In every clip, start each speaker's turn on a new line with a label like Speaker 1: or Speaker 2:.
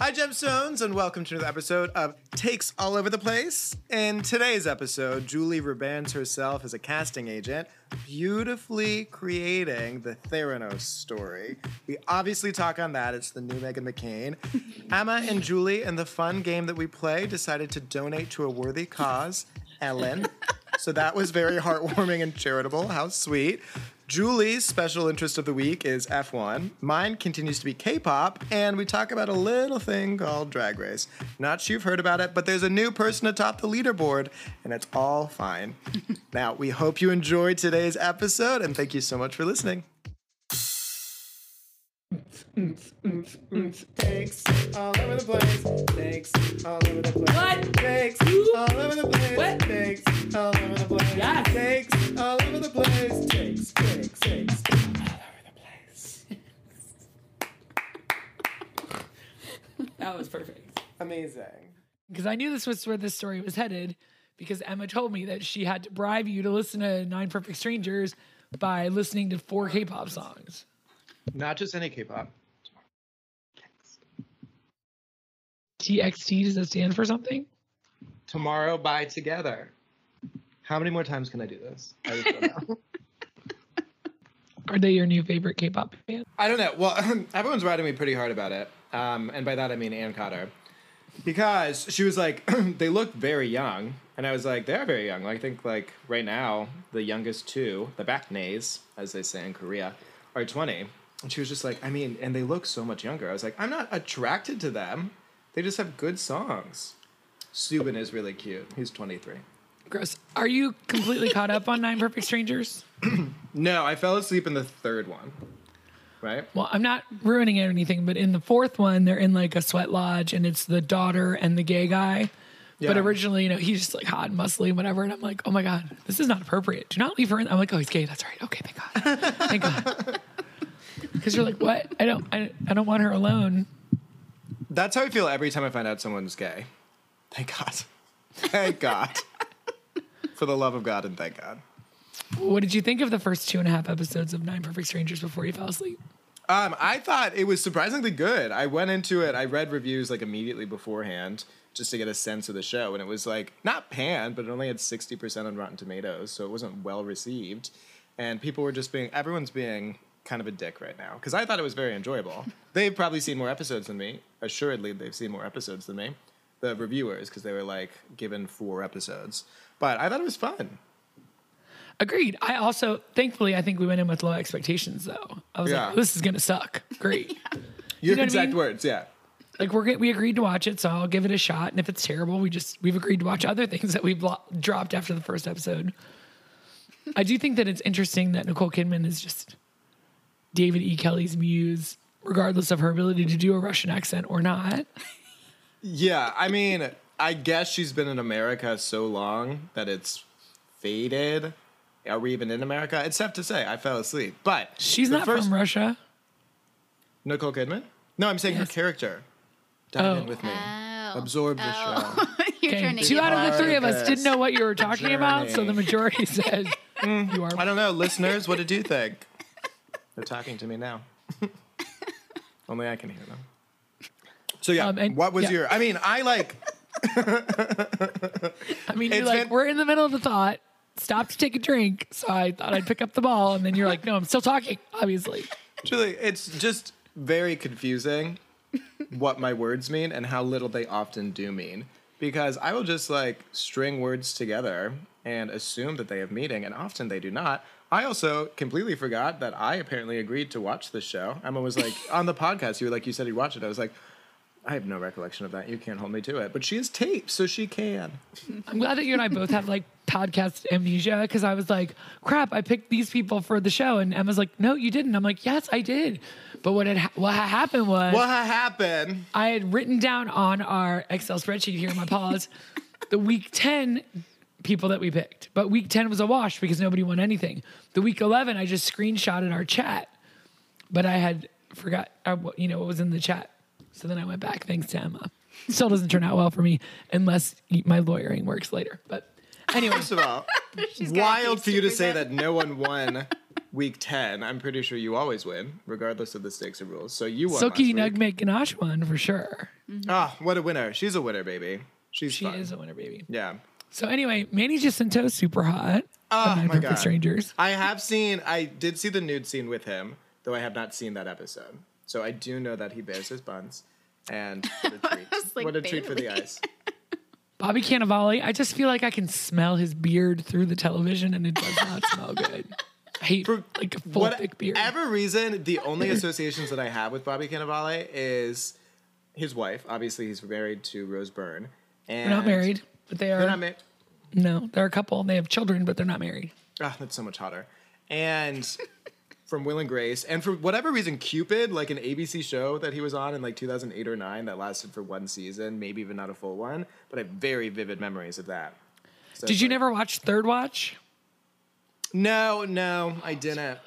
Speaker 1: Hi, Gemstones, and welcome to another episode of Takes All Over the Place. In today's episode, Julie rebands herself as a casting agent, beautifully creating the Theranos story. We obviously talk on that, it's the new Megan McCain. Emma and Julie, in the fun game that we play, decided to donate to a worthy cause, Ellen. So that was very heartwarming and charitable. How sweet. Julie's special interest of the week is F1. Mine continues to be K pop, and we talk about a little thing called Drag Race. Not sure you've heard about it, but there's a new person atop the leaderboard, and it's all fine. now, we hope you enjoyed today's episode, and thank you so much for listening. Takes all over the place. Takes all over the place.
Speaker 2: What?
Speaker 1: Takes
Speaker 2: Who?
Speaker 1: all over the place.
Speaker 2: What?
Speaker 1: Takes all over the place.
Speaker 2: Yes.
Speaker 1: Takes all over the place. Takes, takes, takes.
Speaker 2: That was perfect.
Speaker 1: Amazing.
Speaker 3: because I knew this was where this story was headed because Emma told me that she had to bribe you to listen to Nine Perfect Strangers by listening to four K-pop songs.
Speaker 1: Not just any K-pop.
Speaker 3: TXT does that stand for something?
Speaker 1: Tomorrow by Together. How many more times can I do this? I, just don't know.
Speaker 3: Are they your new favorite K-pop band?
Speaker 1: I don't know. Well, everyone's riding me pretty hard about it. Um, and by that I mean Ann Cotter. Because she was like, they look very young. And I was like, they are very young. Like, I think, like, right now, the youngest two, the baknays, as they say in Korea, are 20. And she was just like, I mean, and they look so much younger. I was like, I'm not attracted to them. They just have good songs. Subin is really cute. He's 23.
Speaker 3: Gross. Are you completely caught up on Nine Perfect Strangers?
Speaker 1: No, I fell asleep in the third one. Right?
Speaker 3: Well, I'm not ruining it or anything, but in the fourth one, they're in like a sweat lodge and it's the daughter and the gay guy. But
Speaker 1: Yeah.
Speaker 3: originally, you know, he's just like hot and muscly and whatever. And I'm like, oh my God, this is not appropriate. Do not leave her in. I'm like, oh, he's gay. That's right. Okay, thank God. Thank God. Because you're like, what? I don't, I, I don't want her alone.
Speaker 1: That's how I feel every time I find out someone's gay. Thank God. Thank God. For the love of God and thank God.
Speaker 3: What did you think of the first two and a half episodes of Nine Perfect Strangers before you fell asleep?
Speaker 1: Um, I thought it was surprisingly good. I went into it, I read reviews like immediately beforehand just to get a sense of the show. And it was like not panned, but it only had 60% on Rotten Tomatoes. So it wasn't well received. And people were just being, everyone's being kind of a dick right now. Because I thought it was very enjoyable. they've probably seen more episodes than me. Assuredly, they've seen more episodes than me. The reviewers, because they were like given four episodes. But I thought it was fun.
Speaker 3: Agreed. I also, thankfully, I think we went in with low expectations though. I was
Speaker 1: Yeah.
Speaker 3: like, this is going to suck. Great.
Speaker 1: Your
Speaker 3: know what I
Speaker 1: exact
Speaker 3: mean?
Speaker 1: words, yeah.
Speaker 3: like we're g- we agreed to watch it, so I'll give it a shot. And if it's terrible, we just we've agreed to watch other things that we blo- dropped after the first episode. I do think that it's interesting that Nicole Kidman is just David E. Kelly's muse, regardless of her ability to do a Russian accent or not.
Speaker 1: Yeah, I mean, I guess she's been in America so long that it's faded. Are we even in America? It's tough to say. I fell asleep. But
Speaker 3: She's
Speaker 1: the
Speaker 3: not
Speaker 1: first-
Speaker 3: from Russia.
Speaker 1: Nicole Kidman? No, I'm saying
Speaker 3: Yes.
Speaker 1: her character. Dive in
Speaker 3: Oh.
Speaker 1: with me. Absorb the show.
Speaker 4: You're
Speaker 3: Okay,
Speaker 4: trying to
Speaker 3: Two
Speaker 4: get
Speaker 3: out of the
Speaker 1: hard
Speaker 3: three of us
Speaker 1: this
Speaker 3: didn't know what you were talking about, so the
Speaker 1: journey.
Speaker 3: majority says you are.
Speaker 1: I don't know, listeners, what did you think? They're talking to me now. Only I can hear them. So yeah,
Speaker 3: Um, and-
Speaker 1: what was
Speaker 3: yeah.
Speaker 1: your I mean, I like
Speaker 3: I mean, you're
Speaker 1: It's
Speaker 3: like,
Speaker 1: been-
Speaker 3: we're in the middle of the thought. Stop to take a drink. So I thought I'd pick up the ball, and then you're like, no, I'm still talking. Obviously,
Speaker 1: Truly, it's just very confusing what my words mean and how little they often do mean. Because I will just like string words together and assume that they have meaning, and often they do not. I also completely forgot that I apparently agreed to watch this show. Emma was like, on the podcast, you were like, you said you'd watch it. I was like, I have no recollection of that. You can't hold me to it. But she is taped, so she can.
Speaker 3: I'm glad that you and I both have like podcast amnesia because I was like, crap, I picked these people for the show, and Emma's like, no, you didn't. I'm like, yes, I did. But what had ha- what had happened was
Speaker 1: What happened?
Speaker 3: I had written down on our Excel spreadsheet here in my pause the week 10 people that we picked. But week 10 was a wash because nobody won anything. The week 11, I just screenshotted our chat, but I had forgot, uh, what- you know, what was in the chat. So then I went back, thanks to Emma. Still doesn't turn out well for me unless my lawyering works later. But anyway,
Speaker 1: First of all,
Speaker 4: She's got a
Speaker 1: uh, wild
Speaker 4: piece
Speaker 1: for you to say
Speaker 4: present.
Speaker 1: that no one won week 10, I'm pretty sure you always win, regardless of the stakes or rules. So you won.
Speaker 3: Silky
Speaker 1: last week.
Speaker 3: Nugmate Ganache won for sure.
Speaker 1: Ah, what a winner. She's a winner, baby. She's
Speaker 3: She
Speaker 1: fun.
Speaker 3: is a winner, baby.
Speaker 1: Yeah.
Speaker 3: So anyway, Manny Jacinto, super hot.
Speaker 1: Oh,
Speaker 3: on Nine
Speaker 1: my
Speaker 3: Perfect
Speaker 1: God.
Speaker 3: Strangers.
Speaker 1: I have seen, I did see the nude scene with him, though I have not seen that episode. So I do know that he bears his buns. And what a treat.
Speaker 4: was like,
Speaker 1: what a treat for the
Speaker 4: Bailey.
Speaker 1: eyes.
Speaker 3: Bobby Cannavale, I just feel like I can smell his beard through the television and it does not smell good. I hate like a full thick beard.
Speaker 1: whatever reason, the only associations that I have with Bobby Cannavale is his wife. Obviously, he's married to Rose Byrne. And
Speaker 3: They're not married, but they are.
Speaker 1: They're not married.
Speaker 3: No, they're a couple and they have children, but they're not married.
Speaker 1: Ah, that's so much hotter. And from Will and Grace, and for whatever reason, Cupid, like an ABC show that he was on in like 2008 or 9 that lasted for one season, maybe even not a full one, but I have very vivid memories of that. So
Speaker 3: Did
Speaker 1: it's
Speaker 3: you
Speaker 1: like-
Speaker 3: never watch Third Watch?
Speaker 1: No, no, I didn't.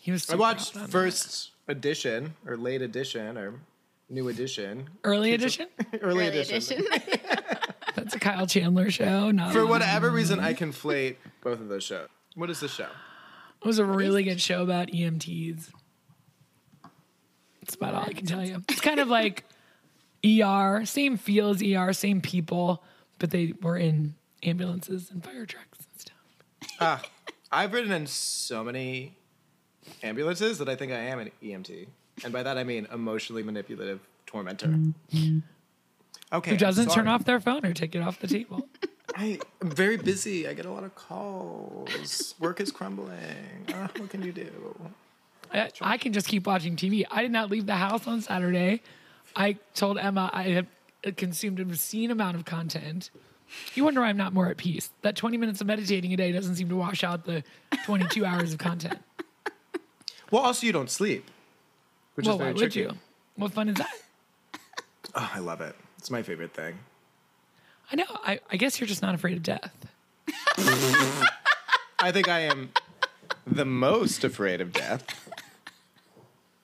Speaker 3: He
Speaker 1: I
Speaker 3: was. super
Speaker 1: watched
Speaker 3: hot on
Speaker 1: first edition or late edition or new edition,
Speaker 3: that. Early Edition.
Speaker 1: early,
Speaker 4: Early
Speaker 1: edition.
Speaker 4: edition.
Speaker 3: That's a Kyle Chandler show. Not
Speaker 1: For whatever reason, I conflate both of those shows. What is the show?
Speaker 3: It was a really good show about EMTs. That's about all I can tell you. It's kind of like ER, same feel as ER, same people, but they were in ambulances and fire trucks and stuff.
Speaker 1: I've ridden in so many ambulances that I think I am an EMT, and by that I mean emotionally manipulative tormentor. Mm-hmm. Okay.
Speaker 3: Who doesn't turn off their phone or take it off the table?
Speaker 1: I am very busy. I get a lot of calls. Work is crumbling. Ah, what can you do?
Speaker 3: I, I can just keep watching TV. I did not leave the house on Saturday. I told Emma I had consumed an obscene amount of content. You wonder why I'm not more at peace. That 20 minutes of meditating a day doesn't seem to wash out the 22 hours of content.
Speaker 1: Well, also you don't sleep, which
Speaker 3: Well,
Speaker 1: is very
Speaker 3: why would
Speaker 1: tricky.
Speaker 3: you? What fun is that?
Speaker 1: Oh, I love it. It's my favorite thing.
Speaker 3: I know. I, I guess you're just not afraid of death.
Speaker 1: I think I am the most afraid of death.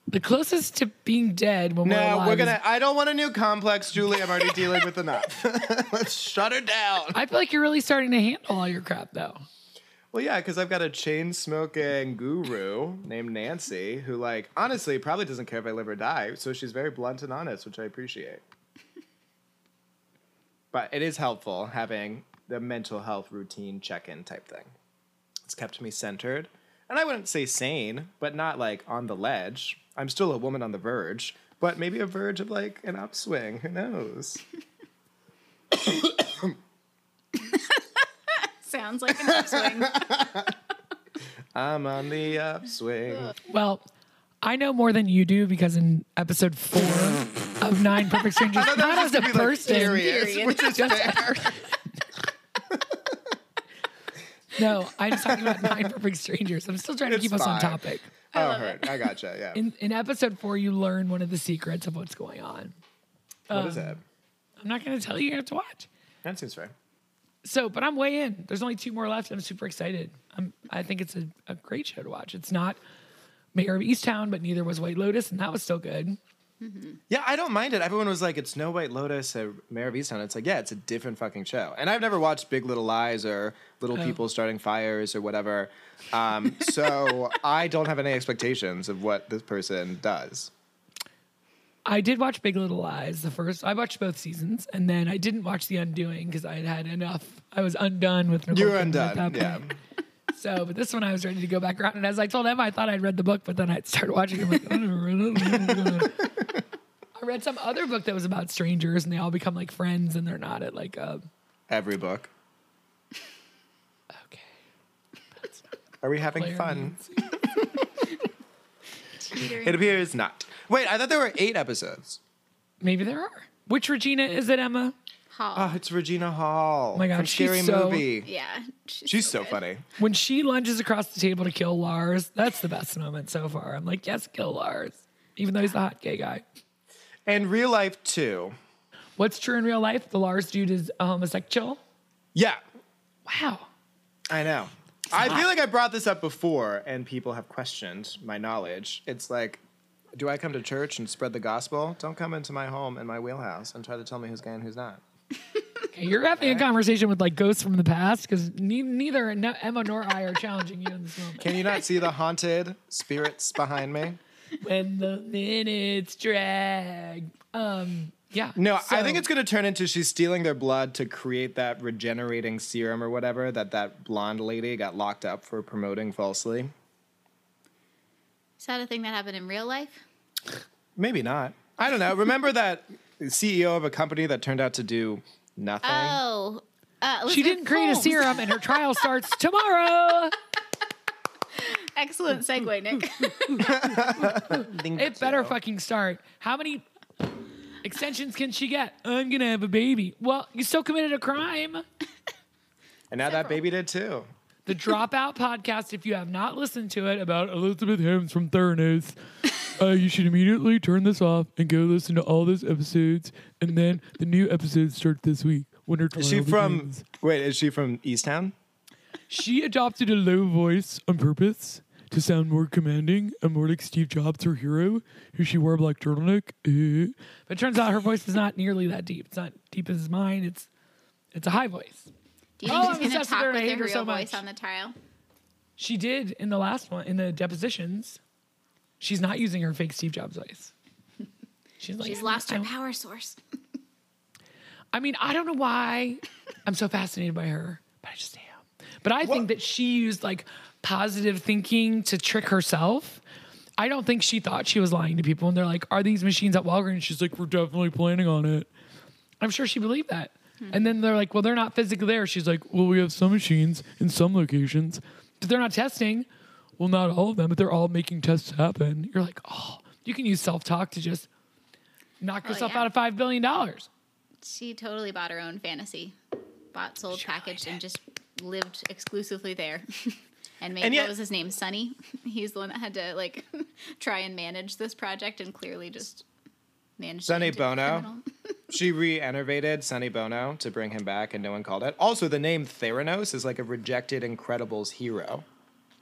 Speaker 3: The closest to being dead when we're
Speaker 1: No,
Speaker 3: alive.
Speaker 1: we're
Speaker 3: is-
Speaker 1: gonna. I don't want a new complex, Julie. I'm already dealing with enough. Let's shut her down.
Speaker 3: I feel like you're really starting to handle all your crap, though.
Speaker 1: Well, yeah, because I've got a chain smoking guru named Nancy who, like, honestly, probably doesn't care if I live or die. So she's very blunt and honest, which I appreciate. But it is helpful having the mental health routine check in type thing. It's kept me centered. And I wouldn't say sane, but not like on the ledge. I'm still a woman on the verge, but maybe a verge of like an upswing. Who knows?
Speaker 4: Sounds like an upswing.
Speaker 1: I'm on the upswing.
Speaker 3: Well, I know more than you do because in episode four of Nine Perfect Strangers, not as a
Speaker 1: Be, like,
Speaker 3: person.
Speaker 1: furious,
Speaker 4: Period.
Speaker 1: which is fair.
Speaker 3: no, I'm just talking about Nine Perfect Strangers. I'm still trying to
Speaker 1: It's
Speaker 3: keep us on
Speaker 1: fine.
Speaker 3: topic.
Speaker 1: Oh, hurt. I gotcha. Yeah.
Speaker 3: In, in episode four, you learn one of the secrets of what's going on.
Speaker 1: what is that?
Speaker 3: I'm not going to tell you. You have to watch.
Speaker 1: That seems fair.
Speaker 3: So, but I'm way in. There's only two more left. I'm super excited. I'm, I think it's a, a great show to watch. It's not Mayor of Easttown, but neither was White Lotus, and that was still good.
Speaker 1: Yeah, I don't mind it. Everyone was like, it's No White Lotus or Mayor of Easttown. It's like, yeah, it's a different fucking show. And I've never watched Big Little Lies or Little People Starting Fires or whatever. Um, so I don't have any expectations of what this person does.
Speaker 3: I did watch Big Little Lies, the first. I watched both seasons, and then I didn't watch The Undoing because I had had enough. I was undone with Nicole
Speaker 1: You're
Speaker 3: Kidman at
Speaker 1: undone.
Speaker 3: that
Speaker 1: Yeah.
Speaker 3: point. So, but this one I was ready to go back around, and as I told Emma, I thought I'd read the book, but then I started watching. it, I'm like, I never read it. I read some other book that was about strangers, and they all become like friends, and they're not at like a
Speaker 1: Every book.
Speaker 3: okay.
Speaker 1: Are we having
Speaker 3: player
Speaker 1: fun?
Speaker 3: means-
Speaker 1: It appears not. Wait, I thought there were eight episodes.
Speaker 3: Maybe there are. Which Regina is it, Emma?
Speaker 4: Hall.
Speaker 3: uh,
Speaker 1: Oh, it's Regina Hall.
Speaker 3: Oh my God,
Speaker 1: from
Speaker 3: she's
Speaker 1: Scary
Speaker 3: so-
Speaker 1: Movie.
Speaker 4: yeah. She's,
Speaker 1: She's so
Speaker 4: good.
Speaker 1: funny.
Speaker 3: When she lunges across the table to kill Lars, that's the best moment so far. I'm like, yes, kill Lars, even though he's the hot gay guy.
Speaker 1: And real life too.
Speaker 3: What's true in real life? The Lars dude is a homosexual.
Speaker 1: Yeah,
Speaker 3: Wow.
Speaker 1: I know. I feel like I brought this up before, and people have questioned my knowledge. It's like, do I come to church and spread the gospel? Don't come into my home and my wheelhouse and try to tell me who's gay and who's not.
Speaker 3: You're having a conversation with like ghosts from the past because ne- neither ne- Emma nor I are challenging you in this moment.
Speaker 1: Can you not see the haunted spirits behind me?
Speaker 3: When the minutes drag, um, yeah.
Speaker 1: No, I
Speaker 3: so-
Speaker 1: think it's going to turn into she's stealing their blood to create that regenerating serum or whatever that that blonde lady got locked up for promoting falsely.
Speaker 4: Is that a thing that happened in real life?
Speaker 1: Maybe not. I don't know. Remember that CEO of a company that turned out to do nothing?
Speaker 4: Oh. Uh,
Speaker 3: She
Speaker 4: Elizabeth
Speaker 3: didn't create a
Speaker 4: Holmes.
Speaker 3: serum, and her trial starts tomorrow.
Speaker 4: Excellent segue, Nick.
Speaker 3: Hmm. It better fucking start. How many extensions can she get? I'm gonna have a baby. Well, you still committed a crime.
Speaker 1: and now that baby did too.
Speaker 3: The Dropout podcast, if you have not listened to it, about Elizabeth Holmes from Theranos, uh, you should immediately turn this off and go listen to all those episodes. And then the new episodes start this week. When her
Speaker 1: Is she
Speaker 3: trial
Speaker 1: from?
Speaker 3: begins.
Speaker 1: Wait, is she from Easttown?
Speaker 3: She adopted a low voice on purpose to sound more commanding and more like Steve Jobs, her hero, who she wore a black turtleneck. Eh. But it turns out her voice is not nearly that deep. It's not deep as mine. It's it's a high voice.
Speaker 4: Do you think
Speaker 3: Oh, I'm
Speaker 4: she's going
Speaker 3: obsessed
Speaker 4: to talk
Speaker 3: with her and
Speaker 4: with
Speaker 3: I hate
Speaker 4: her
Speaker 3: her
Speaker 4: real
Speaker 3: so
Speaker 4: voice
Speaker 3: much.
Speaker 4: on the trial?
Speaker 3: She did in the last one in the depositions. She's not using her fake Steve Jobs voice. She's like,
Speaker 4: She's lost her
Speaker 3: I-
Speaker 4: power source.
Speaker 3: I mean, I don't know why I'm so fascinated by her, but I just am. But I think that she used like positive thinking to trick herself. I don't think she thought she was lying to people. And they're like, Are these machines at Walgreens? She's like, We're definitely planning on it. I'm sure she believed that. And then they're like, Well, they're not physically there. She's like, Well, we have some machines in some locations, but they're not testing. Well, not all of them, but they're all making tests happen. You're like, Oh, you can use self talk to just knock yourself
Speaker 4: yeah.
Speaker 3: out of $5 billion.
Speaker 4: She totally bought her own fantasy. Bought, sold,
Speaker 3: really
Speaker 4: packaged,
Speaker 3: did.
Speaker 4: and just lived exclusively there. and made,
Speaker 1: And yet-
Speaker 4: what was his name? Sonny? He's the one that had to, like, try and manage this project and clearly just managed
Speaker 1: Sonny
Speaker 4: it into a
Speaker 1: Bono?
Speaker 4: criminal.
Speaker 1: She re-enervated Sonny Bono to bring him back, and no one called it. Also, the name Theranos is like a rejected Incredibles hero,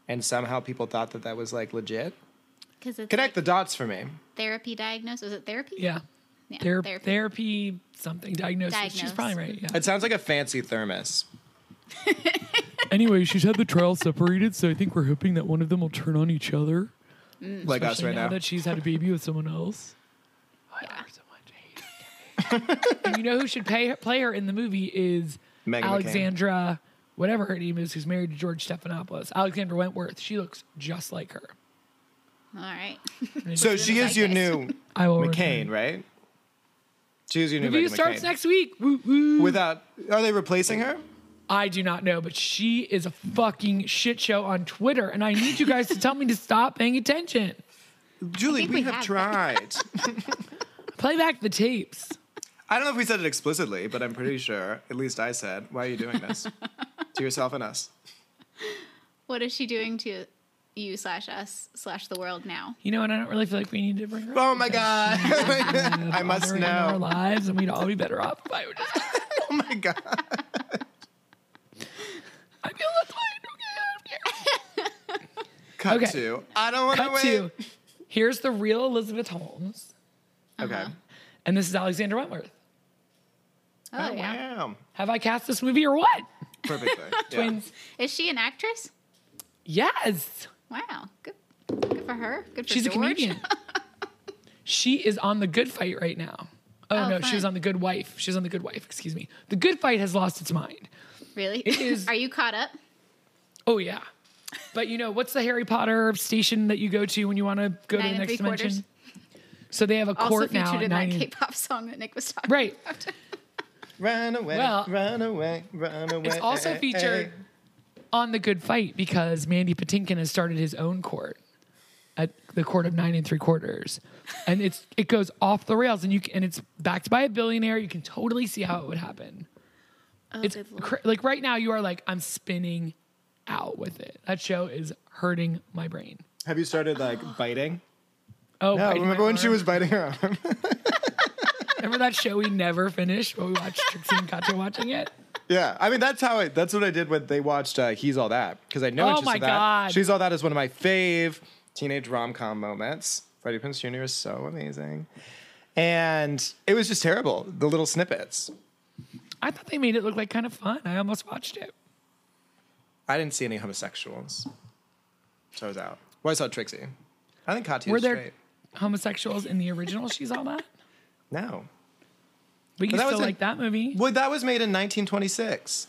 Speaker 1: and somehow people thought that that was like legit.
Speaker 4: 'Cause it's
Speaker 1: Connect the
Speaker 4: like
Speaker 1: dots for me.
Speaker 4: therapy diagnosed. Was it therapy?
Speaker 3: Yeah.
Speaker 4: Yeah,
Speaker 3: Thera- therapy.
Speaker 4: therapy.
Speaker 3: something diagnosis. She's
Speaker 4: Diagnose.
Speaker 3: probably right. Yeah.
Speaker 1: It sounds like a fancy thermos.
Speaker 3: anyway, she's had the trial separated, so I think we're hoping that one of them will turn on each other.
Speaker 1: like us right
Speaker 3: Hmm. now,
Speaker 1: now.
Speaker 3: that she's had a baby with someone else. Oh, I love her so much. I hate her. and you know who should pay, play her in the movie is
Speaker 1: Megan McCain.
Speaker 3: Alexandra, whatever her name is, who's married to George Stephanopoulos. Alexandra Wentworth. She looks just like her.
Speaker 4: All right.
Speaker 1: so she is your new
Speaker 3: I will.
Speaker 1: McCain, right? She is your new
Speaker 3: Review
Speaker 1: Megan
Speaker 3: starts
Speaker 1: McCain.
Speaker 3: next week. Woo, woo.
Speaker 1: Without, are they replacing her?
Speaker 3: I do not know, but she is a fucking shit show on Twitter, and I need you guys to tell me to stop paying attention.
Speaker 1: Julie,
Speaker 4: think
Speaker 1: we,
Speaker 4: we
Speaker 1: have
Speaker 4: have.
Speaker 1: tried.
Speaker 3: Play back the tapes.
Speaker 1: I don't know if we said it explicitly, but I'm pretty sure. At least I said, "Why are you doing this to yourself and us?"
Speaker 4: What is she doing to you slash us slash the world now?
Speaker 3: You know, and I don't really feel like we need to bring her. up
Speaker 1: Oh my god! I must
Speaker 3: Her in Our
Speaker 1: know.
Speaker 3: lives, and we'd all be better off if I would just.
Speaker 1: Oh my god!
Speaker 3: I feel that's why I
Speaker 1: Cut
Speaker 3: Okay.
Speaker 1: to. I don't want to
Speaker 3: don't
Speaker 1: wait.
Speaker 3: get out of here. Cut to. Here's the real Elizabeth Holmes, Uh-huh.
Speaker 1: Okay.
Speaker 3: and this is Alexander Wentworth.
Speaker 4: Oh,
Speaker 1: Oh,
Speaker 4: yeah.
Speaker 1: Wow.
Speaker 3: Have I cast this movie or what?
Speaker 1: Perfectly. Yeah.
Speaker 3: Twins.
Speaker 4: Is she an actress?
Speaker 3: Yes.
Speaker 4: Wow. Good. Good for her. Good for
Speaker 3: She's
Speaker 4: George.
Speaker 3: a comedian. she is on the Good Fight right now. Oh,
Speaker 4: Oh,
Speaker 3: no, she
Speaker 4: fun.
Speaker 3: was on the Good Wife. She was on the Good Wife. Excuse me. The Good Fight has lost its mind.
Speaker 4: Really?
Speaker 3: is-
Speaker 4: Are you caught up?
Speaker 3: Oh yeah. But you know what's the Harry Potter station that you go to when you want to go to
Speaker 4: Nine and
Speaker 3: the next
Speaker 4: three quarters.
Speaker 3: dimension? So they have a
Speaker 4: Also
Speaker 3: court now.
Speaker 4: featured
Speaker 3: At
Speaker 4: in that
Speaker 3: nine and-
Speaker 4: K-pop song that Nick was talking.
Speaker 3: right.
Speaker 1: Run away!
Speaker 3: Well,
Speaker 1: run away! Run away!
Speaker 3: It's also featured on the Good Fight because Mandy Patinkin has started his own court at the court of nine and three quarters, and it's it goes off the rails and you can, and it's backed by a billionaire. You can totally see how it would happen.
Speaker 4: Oh,
Speaker 3: it's
Speaker 4: good lord.
Speaker 3: cra- like right now you are like I'm spinning out with it. That show is hurting my brain.
Speaker 1: Have you started like biting?
Speaker 3: Oh,
Speaker 1: No,
Speaker 3: biting my
Speaker 1: remember when she
Speaker 3: arm.
Speaker 1: was biting her arm?
Speaker 3: Remember that show we never finished when we watched Trixie and Katya watching it?
Speaker 1: Yeah, I mean that's how I. That's what I did when they watched uh, "He's All That" because I had no
Speaker 3: Oh
Speaker 1: interest
Speaker 3: my
Speaker 1: in that.
Speaker 3: God.
Speaker 1: "She's All That" is one of my fave teenage rom com moments. Freddie Prinze Jr. is so amazing, and it was just terrible. The little snippets.
Speaker 3: I thought they made it look like kind of fun. I almost watched it.
Speaker 1: I didn't see any homosexuals. So I was out. Well, I saw Trixie. I think Katya
Speaker 3: Were
Speaker 1: is
Speaker 3: there
Speaker 1: straight.
Speaker 3: homosexuals in the original? She's all that.
Speaker 1: No.
Speaker 3: But you
Speaker 1: But that
Speaker 3: still
Speaker 1: was in-
Speaker 3: like that movie?
Speaker 1: Well, that was made in 1926.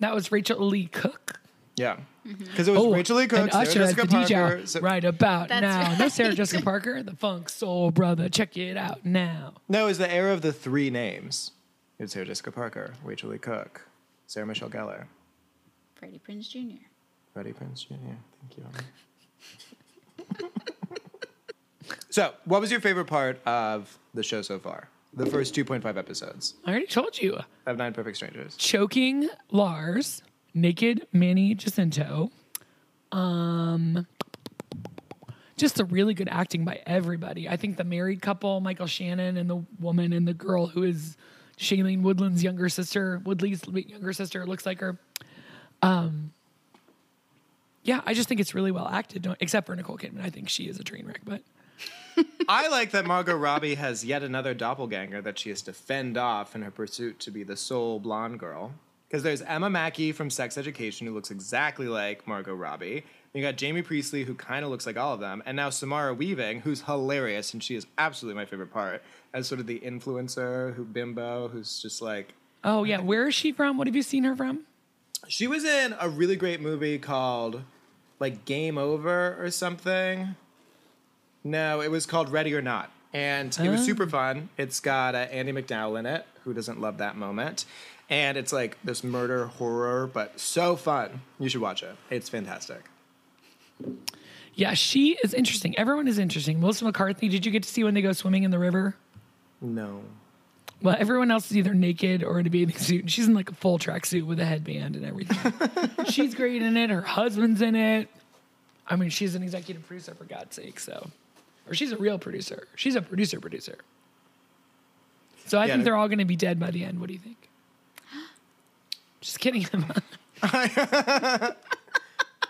Speaker 3: That was Rachel Lee Cook.
Speaker 1: Yeah. Because it was Rachel Lee Cook,
Speaker 3: and
Speaker 1: Sarah
Speaker 3: Mm-hmm. Oh, Usher as the
Speaker 1: Jessica Parker.
Speaker 3: DJ
Speaker 1: Sa-
Speaker 3: right about
Speaker 4: That's
Speaker 3: now.
Speaker 4: right.
Speaker 3: No Sarah Jessica Parker, the Funk Soul Brother. Check it out now.
Speaker 1: No, it was the era of the three names. It was Sarah Jessica Parker, Rachel Lee Cook, Sarah Michelle Gellar,
Speaker 4: Freddie Prince Jr.
Speaker 1: Freddie Prince Jr. Thank you. so, what was your favorite part of the show so far? The first 2.5 episodes
Speaker 3: I already told you.
Speaker 1: of Nine Perfect Strangers.
Speaker 3: Choking Lars, naked Manny Jacinto. Um, just a really good acting by everybody. I think the married couple, Michael Shannon and the woman and the girl who is Shailene Woodland's younger sister, Woodley's younger sister, it looks like her. Um, yeah, I just think it's really well acted, don't- except for Nicole Kidman. I think she is a train wreck, but
Speaker 1: I like that Margot Robbie has yet another doppelganger that she has to fend off in her pursuit to be the sole blonde girl. Because there's Emma Mackey from Sex Education who looks exactly like Margot Robbie. You got Jamie Priestley who kind of looks like all of them, and now Samara Weaving who's hilarious and she is absolutely my favorite part as sort of the influencer who bimbo who's just like
Speaker 3: oh yeah, where is she from? What have you seen her from?
Speaker 1: she was in a really great movie called like Game Over or something. No, it was called Ready or Not. And it was super fun. It's got uh, Andy McDowell in it, who doesn't love that moment. And it's like this murder horror, but so fun. You should watch it. It's fantastic.
Speaker 3: Yeah, she is interesting. Everyone is interesting. Melissa McCarthy, did you get to see when they go swimming in the river?
Speaker 1: No.
Speaker 3: Well, everyone else is either naked or in a bathing suit. And she's in like a full tracksuit with a headband and everything. she's great in it. Her husband's in it. I mean, she's an executive producer for God's sake. So, or she's a real producer. She's a producer producer. So I
Speaker 1: Yeah,
Speaker 3: think
Speaker 1: no-
Speaker 3: they're all going to be dead by the end. What do you think? Just kidding. Uh-huh, Emma.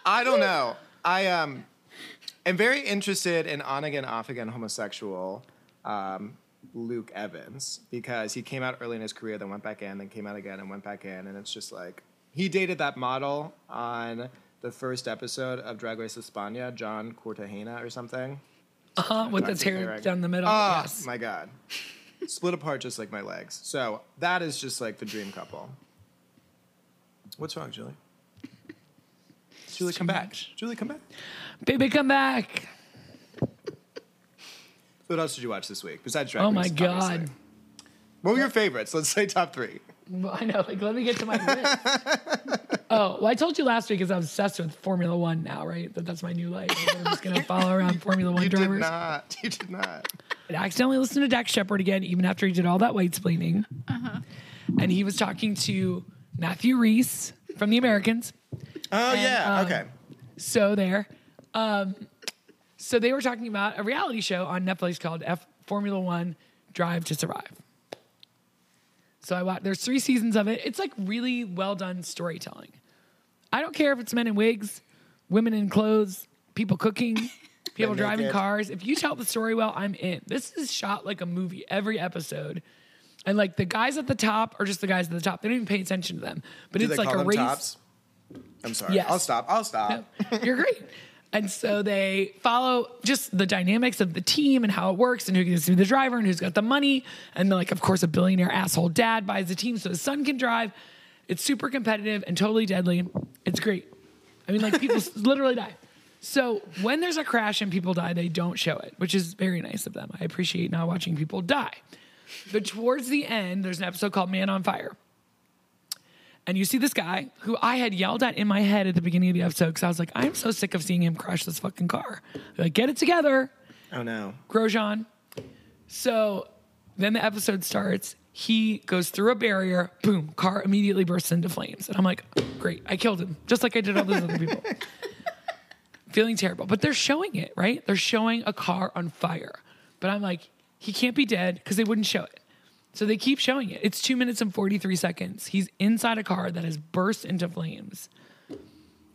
Speaker 1: I don't know. I um, am very interested in on again, off again homosexual um, Luke Evans because he came out early in his career, then went back in, then came out again and went back in. And it's just like he dated that model on the first episode of Drag Race España, John Cortajena or something.
Speaker 3: Uh, with his hair
Speaker 1: Correct.
Speaker 3: down the middle.
Speaker 1: Oh,
Speaker 3: yes.
Speaker 1: my God. Split apart just like my legs. So that is just like the dream couple. What's wrong, Julie? Julie, come back. Julie, come back.
Speaker 3: Baby, come back.
Speaker 1: What else did you watch this week besides Drag
Speaker 3: Oh my
Speaker 1: Race,
Speaker 3: God.
Speaker 1: obviously? What were your favorites? Let's say top three.
Speaker 3: Well, I know. Like, let me get to my list. oh, well, I told you last week because I'm obsessed with Formula One now, right? That that's my new life. That I'm just gonna follow around Formula One
Speaker 1: You did
Speaker 3: drivers.
Speaker 1: not. You did not.
Speaker 3: I accidentally listened to Dax Shepard again, even after he did all that white splaining. And he was talking to Matthew Reese from The Americans.
Speaker 1: Oh yeah.
Speaker 3: um,
Speaker 1: okay.
Speaker 3: So there. Um, so they were talking about a reality show on Netflix called F Formula One Drive to Survive. So I watched. There's three seasons of it. It's like really well done storytelling. I don't care if it's men in wigs, women in clothes, people cooking, people driving
Speaker 1: naked.
Speaker 3: cars. If you tell the story well, I'm in. This is shot like a movie. Every episode. And like the guys at the top are just the guys at the top. They don't even pay attention to them. But
Speaker 1: Do
Speaker 3: it's
Speaker 1: they
Speaker 3: like
Speaker 1: call
Speaker 3: a
Speaker 1: them
Speaker 3: race.
Speaker 1: tops? I'm sorry.
Speaker 3: Yes.
Speaker 1: I'll stop. I'll stop.
Speaker 3: You're great. And so they follow just the dynamics of the team and how it works and who gets to be the driver and who's got the money. And then, like, of course, a billionaire asshole dad buys the team so his son can drive. It's super competitive and totally deadly. It's great. I mean, like, people literally die. So when there's a crash and people die, they don't show it, which is very nice of them. I appreciate not watching people die. But towards the end, there's an episode called Man on Fire and you see this guy who I had yelled at in my head at the beginning of the episode because I was like, I'm so sick of seeing him crash this fucking car. Like, get it together,
Speaker 1: Oh no.
Speaker 3: Grosjean. So then the episode starts. He goes through a barrier, boom, car immediately bursts into flames. And I'm like, great, I killed him, just like I did all those other people. Feeling terrible. But they're showing it, right? They're showing a car on fire. But I'm like, he can't be dead because they wouldn't show it. So they keep showing it. It's two minutes and 43 seconds. He's inside a car that has burst into flames.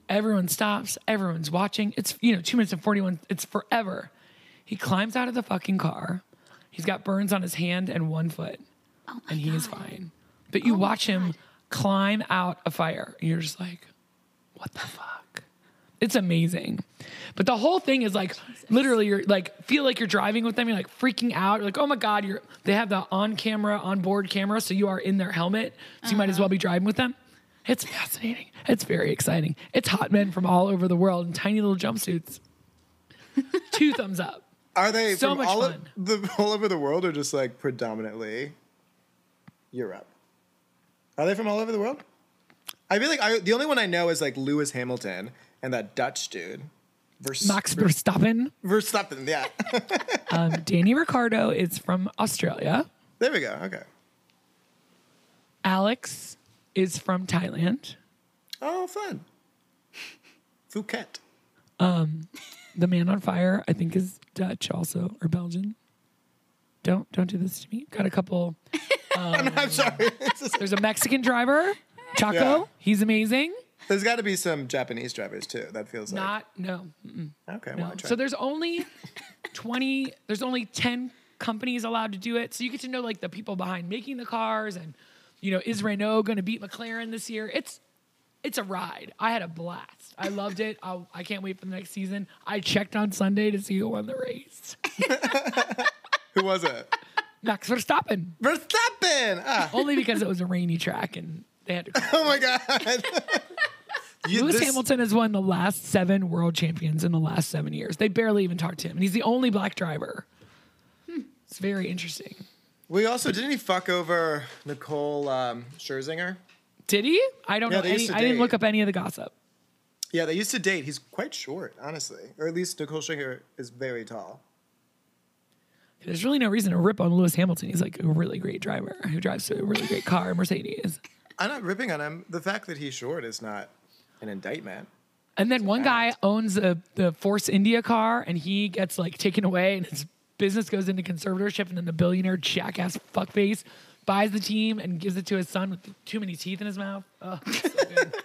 Speaker 3: Everyone stops. Everyone's watching. It's, you know, two minutes and 41. It's forever. He climbs out of the fucking car. He's got burns on his hand and one foot. and he is fine. But you watch him climb out a fire, and you're just like, what the fuck? It's amazing. But the whole thing is like literally you're like feel like you're driving with them, you're like freaking out. You're like, oh my God, you're they have the on camera, on board camera, so you are in their helmet. So you might as well be driving with them. It's fascinating. It's very exciting. It's hot men from all over the world in tiny little jumpsuits. Two thumbs up.
Speaker 1: Are they
Speaker 3: So
Speaker 1: from
Speaker 3: much
Speaker 1: all, o-
Speaker 3: fun.
Speaker 1: the, all over the world or just like predominantly Europe? Are they from all over the world? I feel like I, the only one I know is like Lewis Hamilton and that Dutch dude. Vers-
Speaker 3: Max Verstappen.
Speaker 1: Verstappen, yeah.
Speaker 3: Um, Danny Ricardo is from Australia.
Speaker 1: there we go. Okay.
Speaker 3: Alex is from Thailand.
Speaker 1: Oh, fun. Phuket.
Speaker 3: The man on fire, I think, is Dutch also or Belgian. Don't don't do this to me. Got a couple.
Speaker 1: I'm sorry. It's just-
Speaker 3: There's a Mexican driver, Chaco.
Speaker 1: Yeah.
Speaker 3: He's amazing.
Speaker 1: there's got to be some Japanese drivers too. That feels like
Speaker 3: Not no. mm-mm,
Speaker 1: okay.
Speaker 3: no.
Speaker 1: Well, I tried.
Speaker 3: So there's only twenty. There's only ten companies allowed to do it. So you get to know like the people behind making the cars, and you know is Renault going to beat McLaren this year? It's it's a ride. I had a blast. I loved it. I'll, I can't wait for the next season. I checked on Sunday to see who won the race.
Speaker 1: Who was it?
Speaker 3: Max Verstappen.
Speaker 1: Verstappen. Ah.
Speaker 3: only because it was a rainy track and they had to.
Speaker 1: Oh my god. You-
Speaker 3: Lewis
Speaker 1: this-
Speaker 3: Hamilton has won the last seven world champions in the last seven years. They barely even talked to him, and he's the only black driver. Hmm. It's very interesting.
Speaker 1: We also didn't he fuck over Nicole um, Scherzinger?
Speaker 3: Did he? I don't
Speaker 1: Yeah,
Speaker 3: know.
Speaker 1: they used
Speaker 3: Any,
Speaker 1: to
Speaker 3: I didn't
Speaker 1: date.
Speaker 3: look up any of the gossip.
Speaker 1: Yeah, they used to date. He's quite short, honestly, or at least Nicole Scherzinger is very tall.
Speaker 3: There's really no reason to rip on Lewis Hamilton. He's like a really great driver who drives a really great car, Mercedes.
Speaker 1: I'm not ripping on him. The fact that he's short is not an indictment.
Speaker 3: And then one guy owns a, the Force India car, and he gets like taken away, and his business goes into conservatorship. And then the billionaire jackass fuckface buys the team and gives it to his son with too many teeth in his mouth. Ugh, so good.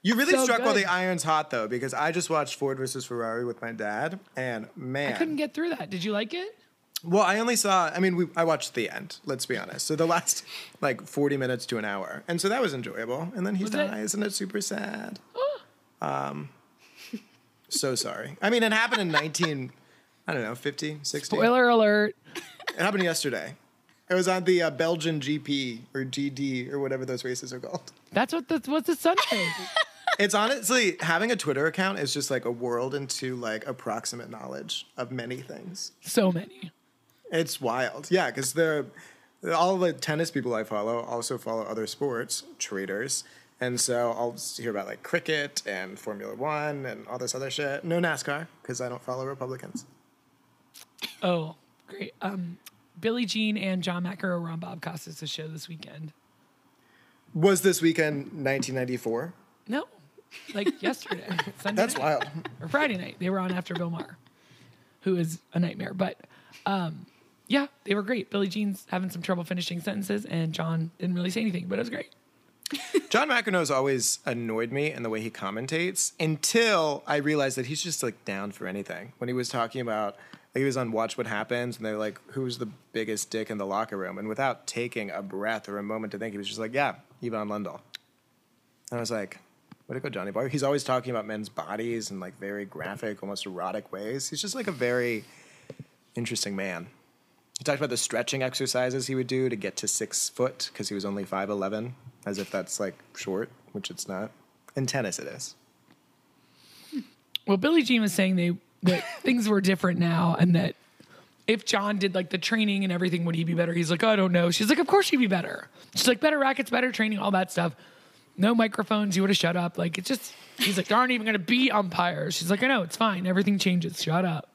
Speaker 1: You really
Speaker 3: So
Speaker 1: struck while
Speaker 3: good.
Speaker 1: the iron's hot, though, because I just watched Ford versus Ferrari with my dad, and man,
Speaker 3: I couldn't get through that. Did you like it?
Speaker 1: Well, I only saw. I mean, we, I watched the end. Let's be honest. So the last like forty minutes to an hour, and so that was enjoyable. And then he
Speaker 3: Was it-
Speaker 1: dies, and it's super sad. um, so sorry. I mean, it happened in nineteen. I don't know, 50, 60.
Speaker 3: Spoiler alert.
Speaker 1: It happened yesterday. It was on the uh, Belgian GP or GD or whatever those races are called.
Speaker 3: That's what the what's the son thing.
Speaker 1: It's honestly having a Twitter account is just like a world into like approximate knowledge of many things.
Speaker 3: so many.
Speaker 1: It's wild. Yeah, because they're all the tennis people I follow also follow other sports traders. And so I'll s- hear about like cricket and Formula One and all this other shit. No NASCAR because I don't follow Republicans.
Speaker 3: Oh, great. Um, Billie Jean and John McEnroe were on Bob Costas' show this weekend.
Speaker 1: Was this weekend 1994?
Speaker 3: No, like yesterday. Sunday
Speaker 1: That's
Speaker 3: night.
Speaker 1: wild.
Speaker 3: or Friday night. They were on after Bill Maher, who is a nightmare. But um, yeah, they were great. Billie Jean's having some trouble finishing sentences, and John didn't really say anything, but it was great.
Speaker 1: John McEnroe's always annoyed me in the way he commentates until I realized that he's just like down for anything. When he was talking about, like, he was on Watch What Happens, and they're like, "Who's the biggest dick in the locker room?" And without taking a breath or a moment to think, he was just like, "Yeah, Yvonne Lundell." And I was like, "Way to go, Johnny Boy." He's always talking about men's bodies in like very graphic, almost erotic ways. He's just like a very interesting man. He talked about the stretching exercises he would do to get to six foot because he was only 5'11, as if that's like short, which it's not. In tennis, it is.
Speaker 3: Well, Billie Jean was saying they that things were different now, and that if John did like the training and everything, would he be better? He's like, "Oh, I don't know. She's like, of course he'd be better. She's like, better rackets, better training, all that stuff. No microphones. You would have shut up. Like it's just. He's like, there aren't even going to be umpires. She's like, I know it's fine. Everything changes. Shut up.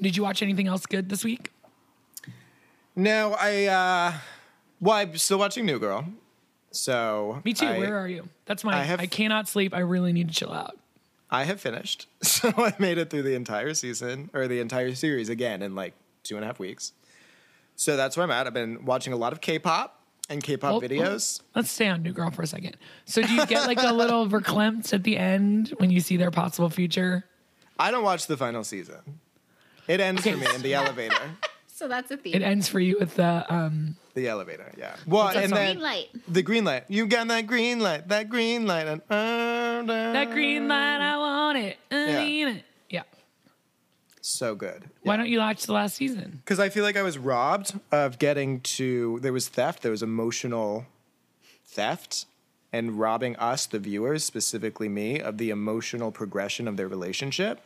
Speaker 3: Did you watch anything else good this week?
Speaker 1: No, I, uh, well, I'm still watching New Girl. So,
Speaker 3: Me too.
Speaker 1: I,
Speaker 3: Where are you? That's my. I,
Speaker 1: I have-
Speaker 3: cannot sleep. I really need to chill out.
Speaker 1: I have finished. So I made it through the entire season or the entire series again in like two and a half weeks. So that's where I'm at. I've been watching a lot of K pop and K pop
Speaker 3: Oh, oh.
Speaker 1: videos.
Speaker 3: Let's stay on New Girl for a second. So, do you get like a little verklempt at the end when you see their possible future?
Speaker 1: I don't watch the final season, it ends
Speaker 3: Okay.
Speaker 1: for me in the elevator.
Speaker 4: So that's a
Speaker 3: It
Speaker 4: theme.
Speaker 3: ends for you with the um,
Speaker 1: The elevator, yeah. Well, and then
Speaker 4: Green light.
Speaker 1: the green light. You got that green light, that green light, and uh,
Speaker 3: that green light. I want it. I
Speaker 1: Yeah.
Speaker 3: need it. Yeah.
Speaker 1: So good.
Speaker 3: Why don't you watch the last season?
Speaker 1: Because I feel like I was robbed of getting to. There was theft. There was emotional theft, and robbing us, the viewers, specifically me, of the emotional progression of their relationship.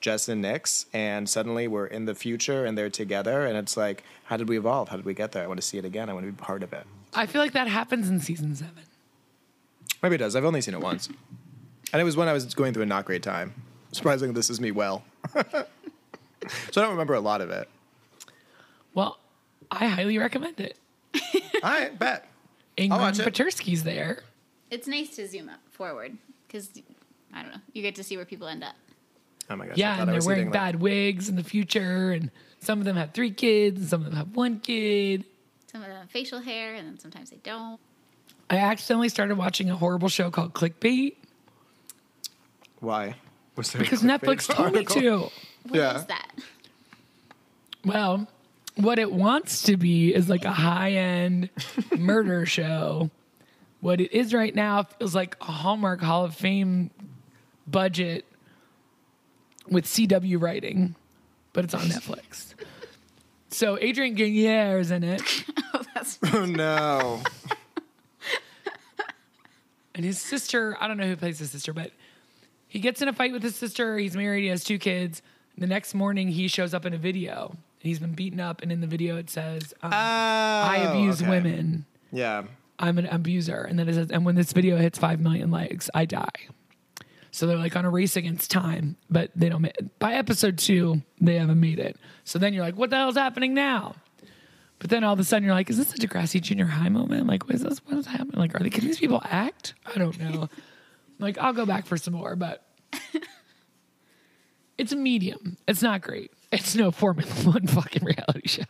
Speaker 1: Jess and Nick's, and suddenly we're in the future and they're together, and it's like, how did we evolve? How did we get there? I want to see it again. I want to be part of it.
Speaker 3: I feel like that happens in season seven.
Speaker 1: Maybe it does. I've only seen it once, and it was when I was going through a not great time. Surprisingly, this is me well. so I don't remember a lot of it.
Speaker 3: Well, I highly recommend it.
Speaker 1: I bet.
Speaker 3: Ingram
Speaker 1: watch it.
Speaker 3: Patersky's there.
Speaker 4: It's nice to zoom up forward because I don't know. You get to see where people end up.
Speaker 1: Oh my gosh! I
Speaker 3: Yeah,
Speaker 1: thought
Speaker 3: and
Speaker 1: I
Speaker 3: they're
Speaker 1: was
Speaker 3: wearing
Speaker 1: eating, like-
Speaker 3: bad wigs in the future, and some of them have three kids, and some of them have one kid.
Speaker 4: Some of them have facial hair, and then sometimes they don't.
Speaker 3: I accidentally started watching a horrible show called Clickbait
Speaker 1: Why? Was there a
Speaker 3: because
Speaker 1: clickbait
Speaker 3: Netflix told me
Speaker 1: article?
Speaker 3: to.
Speaker 4: What is
Speaker 1: Yeah.
Speaker 4: that?
Speaker 3: Well, what it wants to be is like a high end murder show. What it is right now feels like a Hallmark Hall of Fame budget with CW writing, but it's on Netflix. so Adrian Guignard is in it,
Speaker 4: Oh, that's
Speaker 1: Oh no!
Speaker 3: and his sister, I don't know who plays his sister, but he gets in a fight with his sister. He's married, he has two kids. The next morning, he shows up in a video. and He's been beaten up, and in the video, it says, um, I
Speaker 1: I
Speaker 3: abuse women.
Speaker 1: Oh, Yeah.
Speaker 3: I'm an abuser. And then it says, and when this video hits 5 million likes, I die. So they're like on a race against time, but they don't make By episode two, they haven't made it. So then you're like, what the hell's happening now? But then all of a sudden you're like, is this a Degrassi Junior High moment? Like, what is this? What is happening? Like, are they, can these people act? I don't know. like, I'll go back for some more, but it's a medium. It's not great. It's no Formula One fucking reality show.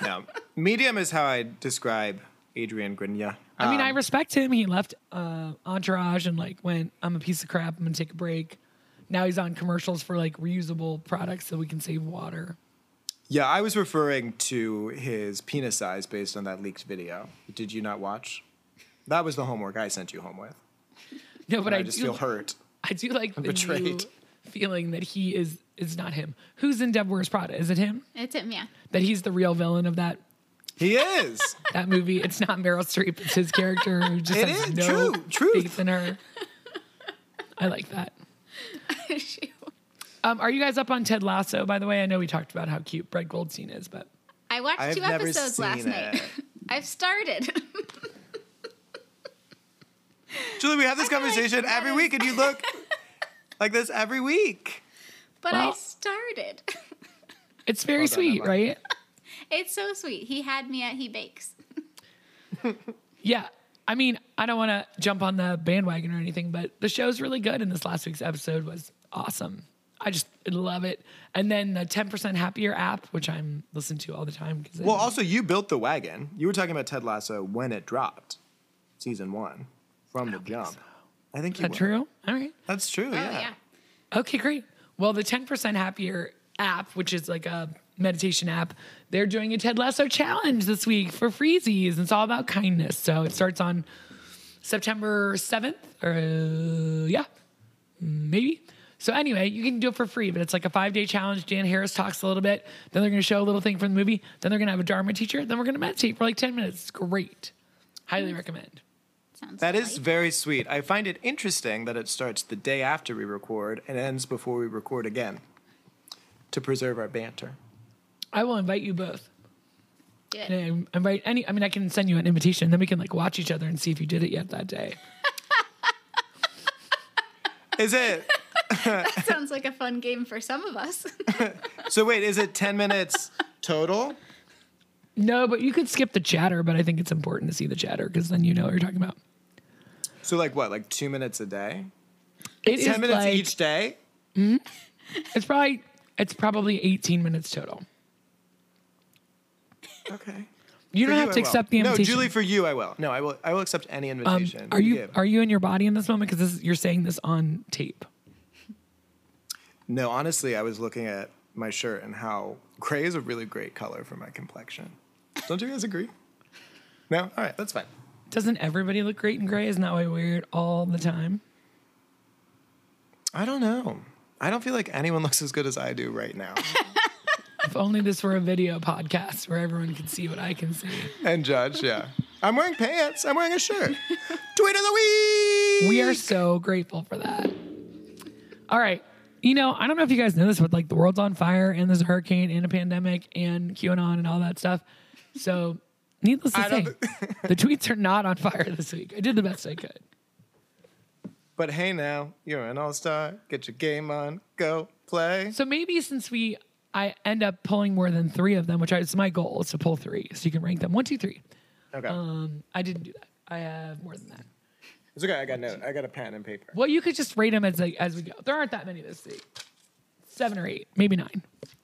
Speaker 1: No. Medium is how I describe Adrian Grinya.
Speaker 3: I
Speaker 1: Um,
Speaker 3: mean, I respect him. He left uh, Entourage and like went, I'm a piece of crap. I'm gonna take a break. Now he's on commercials for like reusable products so we can save water.
Speaker 1: yeah, I was referring to his penis size based on that leaked video. Did you not watch? That was the homework I sent you home with.
Speaker 3: No, but
Speaker 1: I,
Speaker 3: I,
Speaker 1: just
Speaker 3: do,
Speaker 1: feel hurt.
Speaker 3: I do like the new
Speaker 1: betrayed.
Speaker 3: feeling that he is. It's not him. Who's in Deb Wears Prada? Is it him?
Speaker 4: it's him. Yeah.
Speaker 3: That he's the real villain of that
Speaker 1: He is.
Speaker 3: that movie. It's not Meryl Streep. It's his character who just
Speaker 1: It
Speaker 3: has
Speaker 1: is.
Speaker 3: no
Speaker 1: True. Truth.
Speaker 3: faith in her. I like that.
Speaker 4: Shoot.
Speaker 3: Um, are you guys up on Ted Lasso? By the way, I know we talked about how cute Brett Goldstein is, but
Speaker 4: I watched
Speaker 1: I've
Speaker 4: two
Speaker 1: never
Speaker 4: episodes
Speaker 1: seen
Speaker 4: last night.
Speaker 1: it.
Speaker 4: I've started.
Speaker 1: Julie, we have this conversation every week, and you look like this every week.
Speaker 4: But I
Speaker 3: Well-
Speaker 4: started.
Speaker 3: it's very
Speaker 1: done,
Speaker 3: sweet,
Speaker 1: Emma.
Speaker 3: right?
Speaker 4: It's so sweet. He had me at He Bakes.
Speaker 3: Yeah. I mean, I don't want to jump on the bandwagon or anything, but the show's really good. And this last week's episode was awesome. I just love it. And then the 10% Happier app, which I'm listening to all the time. Cause
Speaker 1: Well, also, you built the wagon. You were talking about Ted Lasso when it dropped, season one, from the jump. I think
Speaker 3: is
Speaker 1: you
Speaker 3: that
Speaker 1: were.
Speaker 3: true? All right.
Speaker 1: That's true.
Speaker 4: Oh
Speaker 1: yeah.
Speaker 4: yeah.
Speaker 3: Okay, great. Well, the 10% Happier app, which is like a meditation app, they're doing a Ted Lasso challenge this week for freezies. It's all about kindness. So it starts on September 7th, or uh, yeah, maybe. So anyway, you can do it for free, but it's like a five day challenge. Dan Harris talks a little bit. Then they're going to show a little thing from the movie. Then they're going to have a Dharma teacher. Then we're going to meditate for like 10 minutes. It's great. Highly recommend.
Speaker 4: Sounds
Speaker 1: That is
Speaker 4: delightful.
Speaker 1: very sweet. I find it interesting that it starts the day after we record and ends before we record again to preserve our banter.
Speaker 3: I will invite you both.
Speaker 4: Do it.
Speaker 3: And I invite any, I mean, I can send you an invitation. Then we can like watch each other and see if you did it yet that day.
Speaker 1: Is it?
Speaker 4: Sounds like a fun game for some of us.
Speaker 1: So wait, is it 10 minutes total?
Speaker 3: No, but you could skip the chatter, but I think it's important to see the chatter because then you know what you're talking about.
Speaker 1: So like what? Like 2 minutes a day?
Speaker 3: It is
Speaker 1: 10 minutes
Speaker 3: like,
Speaker 1: each day?
Speaker 3: It's probably it's probably 18 minutes total.
Speaker 1: Okay.
Speaker 3: You
Speaker 1: For
Speaker 3: don't have
Speaker 1: I
Speaker 3: to
Speaker 1: will.
Speaker 3: accept the invitation.
Speaker 1: No, Julie, for you I will. No, I will I will accept any
Speaker 3: Um,
Speaker 1: invitation.
Speaker 3: are you
Speaker 1: give.
Speaker 3: are you in your body in this moment? Because you're saying this on tape.
Speaker 1: No, honestly, I was looking at my shirt and how gray is a really great color for my complexion. Don't you guys agree? No? All right, that's fine.
Speaker 3: Doesn't everybody look great in gray? Isn't that why we wear it all the time?
Speaker 1: I don't know. I don't feel like anyone looks as good as I do right now
Speaker 3: If only this were a video podcast where everyone could see what I can see.
Speaker 1: and judge. Yeah. I'm wearing pants. I'm wearing a shirt. Tweet of the week.
Speaker 3: We are so grateful for that. All right. You know, I don't know if you guys know this, but like the world's on fire and there's a hurricane and a pandemic and QAnon and all that stuff. So, needless to
Speaker 1: I
Speaker 3: say,
Speaker 1: don't
Speaker 3: the tweets are not on fire this week. I did the best I could.
Speaker 1: But hey, now you're an all star. Get your game on. Go play.
Speaker 3: So maybe since we I end up pulling more than three of them, which is my goal is to pull three, so you can rank them one, two, three.
Speaker 1: Okay.
Speaker 3: Um, I didn't do that. I have more than that.
Speaker 1: it's okay. I got note. I got a pen and paper.
Speaker 3: Well, you could just rate them as like, as we go. There aren't that many this week. Seven or eight, maybe nine.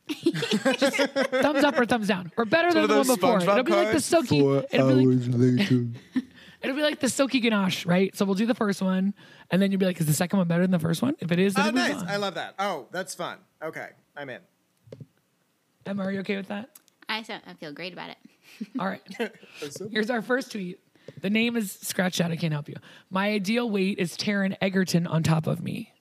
Speaker 3: Just thumbs up or thumbs down, or better than
Speaker 1: of
Speaker 3: the one
Speaker 1: those
Speaker 3: before.
Speaker 1: SpongeBob
Speaker 3: It'll be like the
Speaker 1: cards.
Speaker 3: silky. It'll be like, it'll be like the silky ganache, right? So we'll do the first one, and then you'll be like, "Is the second one better than the first one?" If it is, then
Speaker 1: Oh,
Speaker 3: it moves
Speaker 1: nice.
Speaker 3: on.
Speaker 1: I love that. Oh, that's fun. Okay. I'm in.
Speaker 3: Emma, are you okay with that?
Speaker 4: I, so- I feel great about it.
Speaker 3: All right. Here's our first tweet. The name is scratched out. I can't help you. My ideal weight is Taryn Egerton on top of me.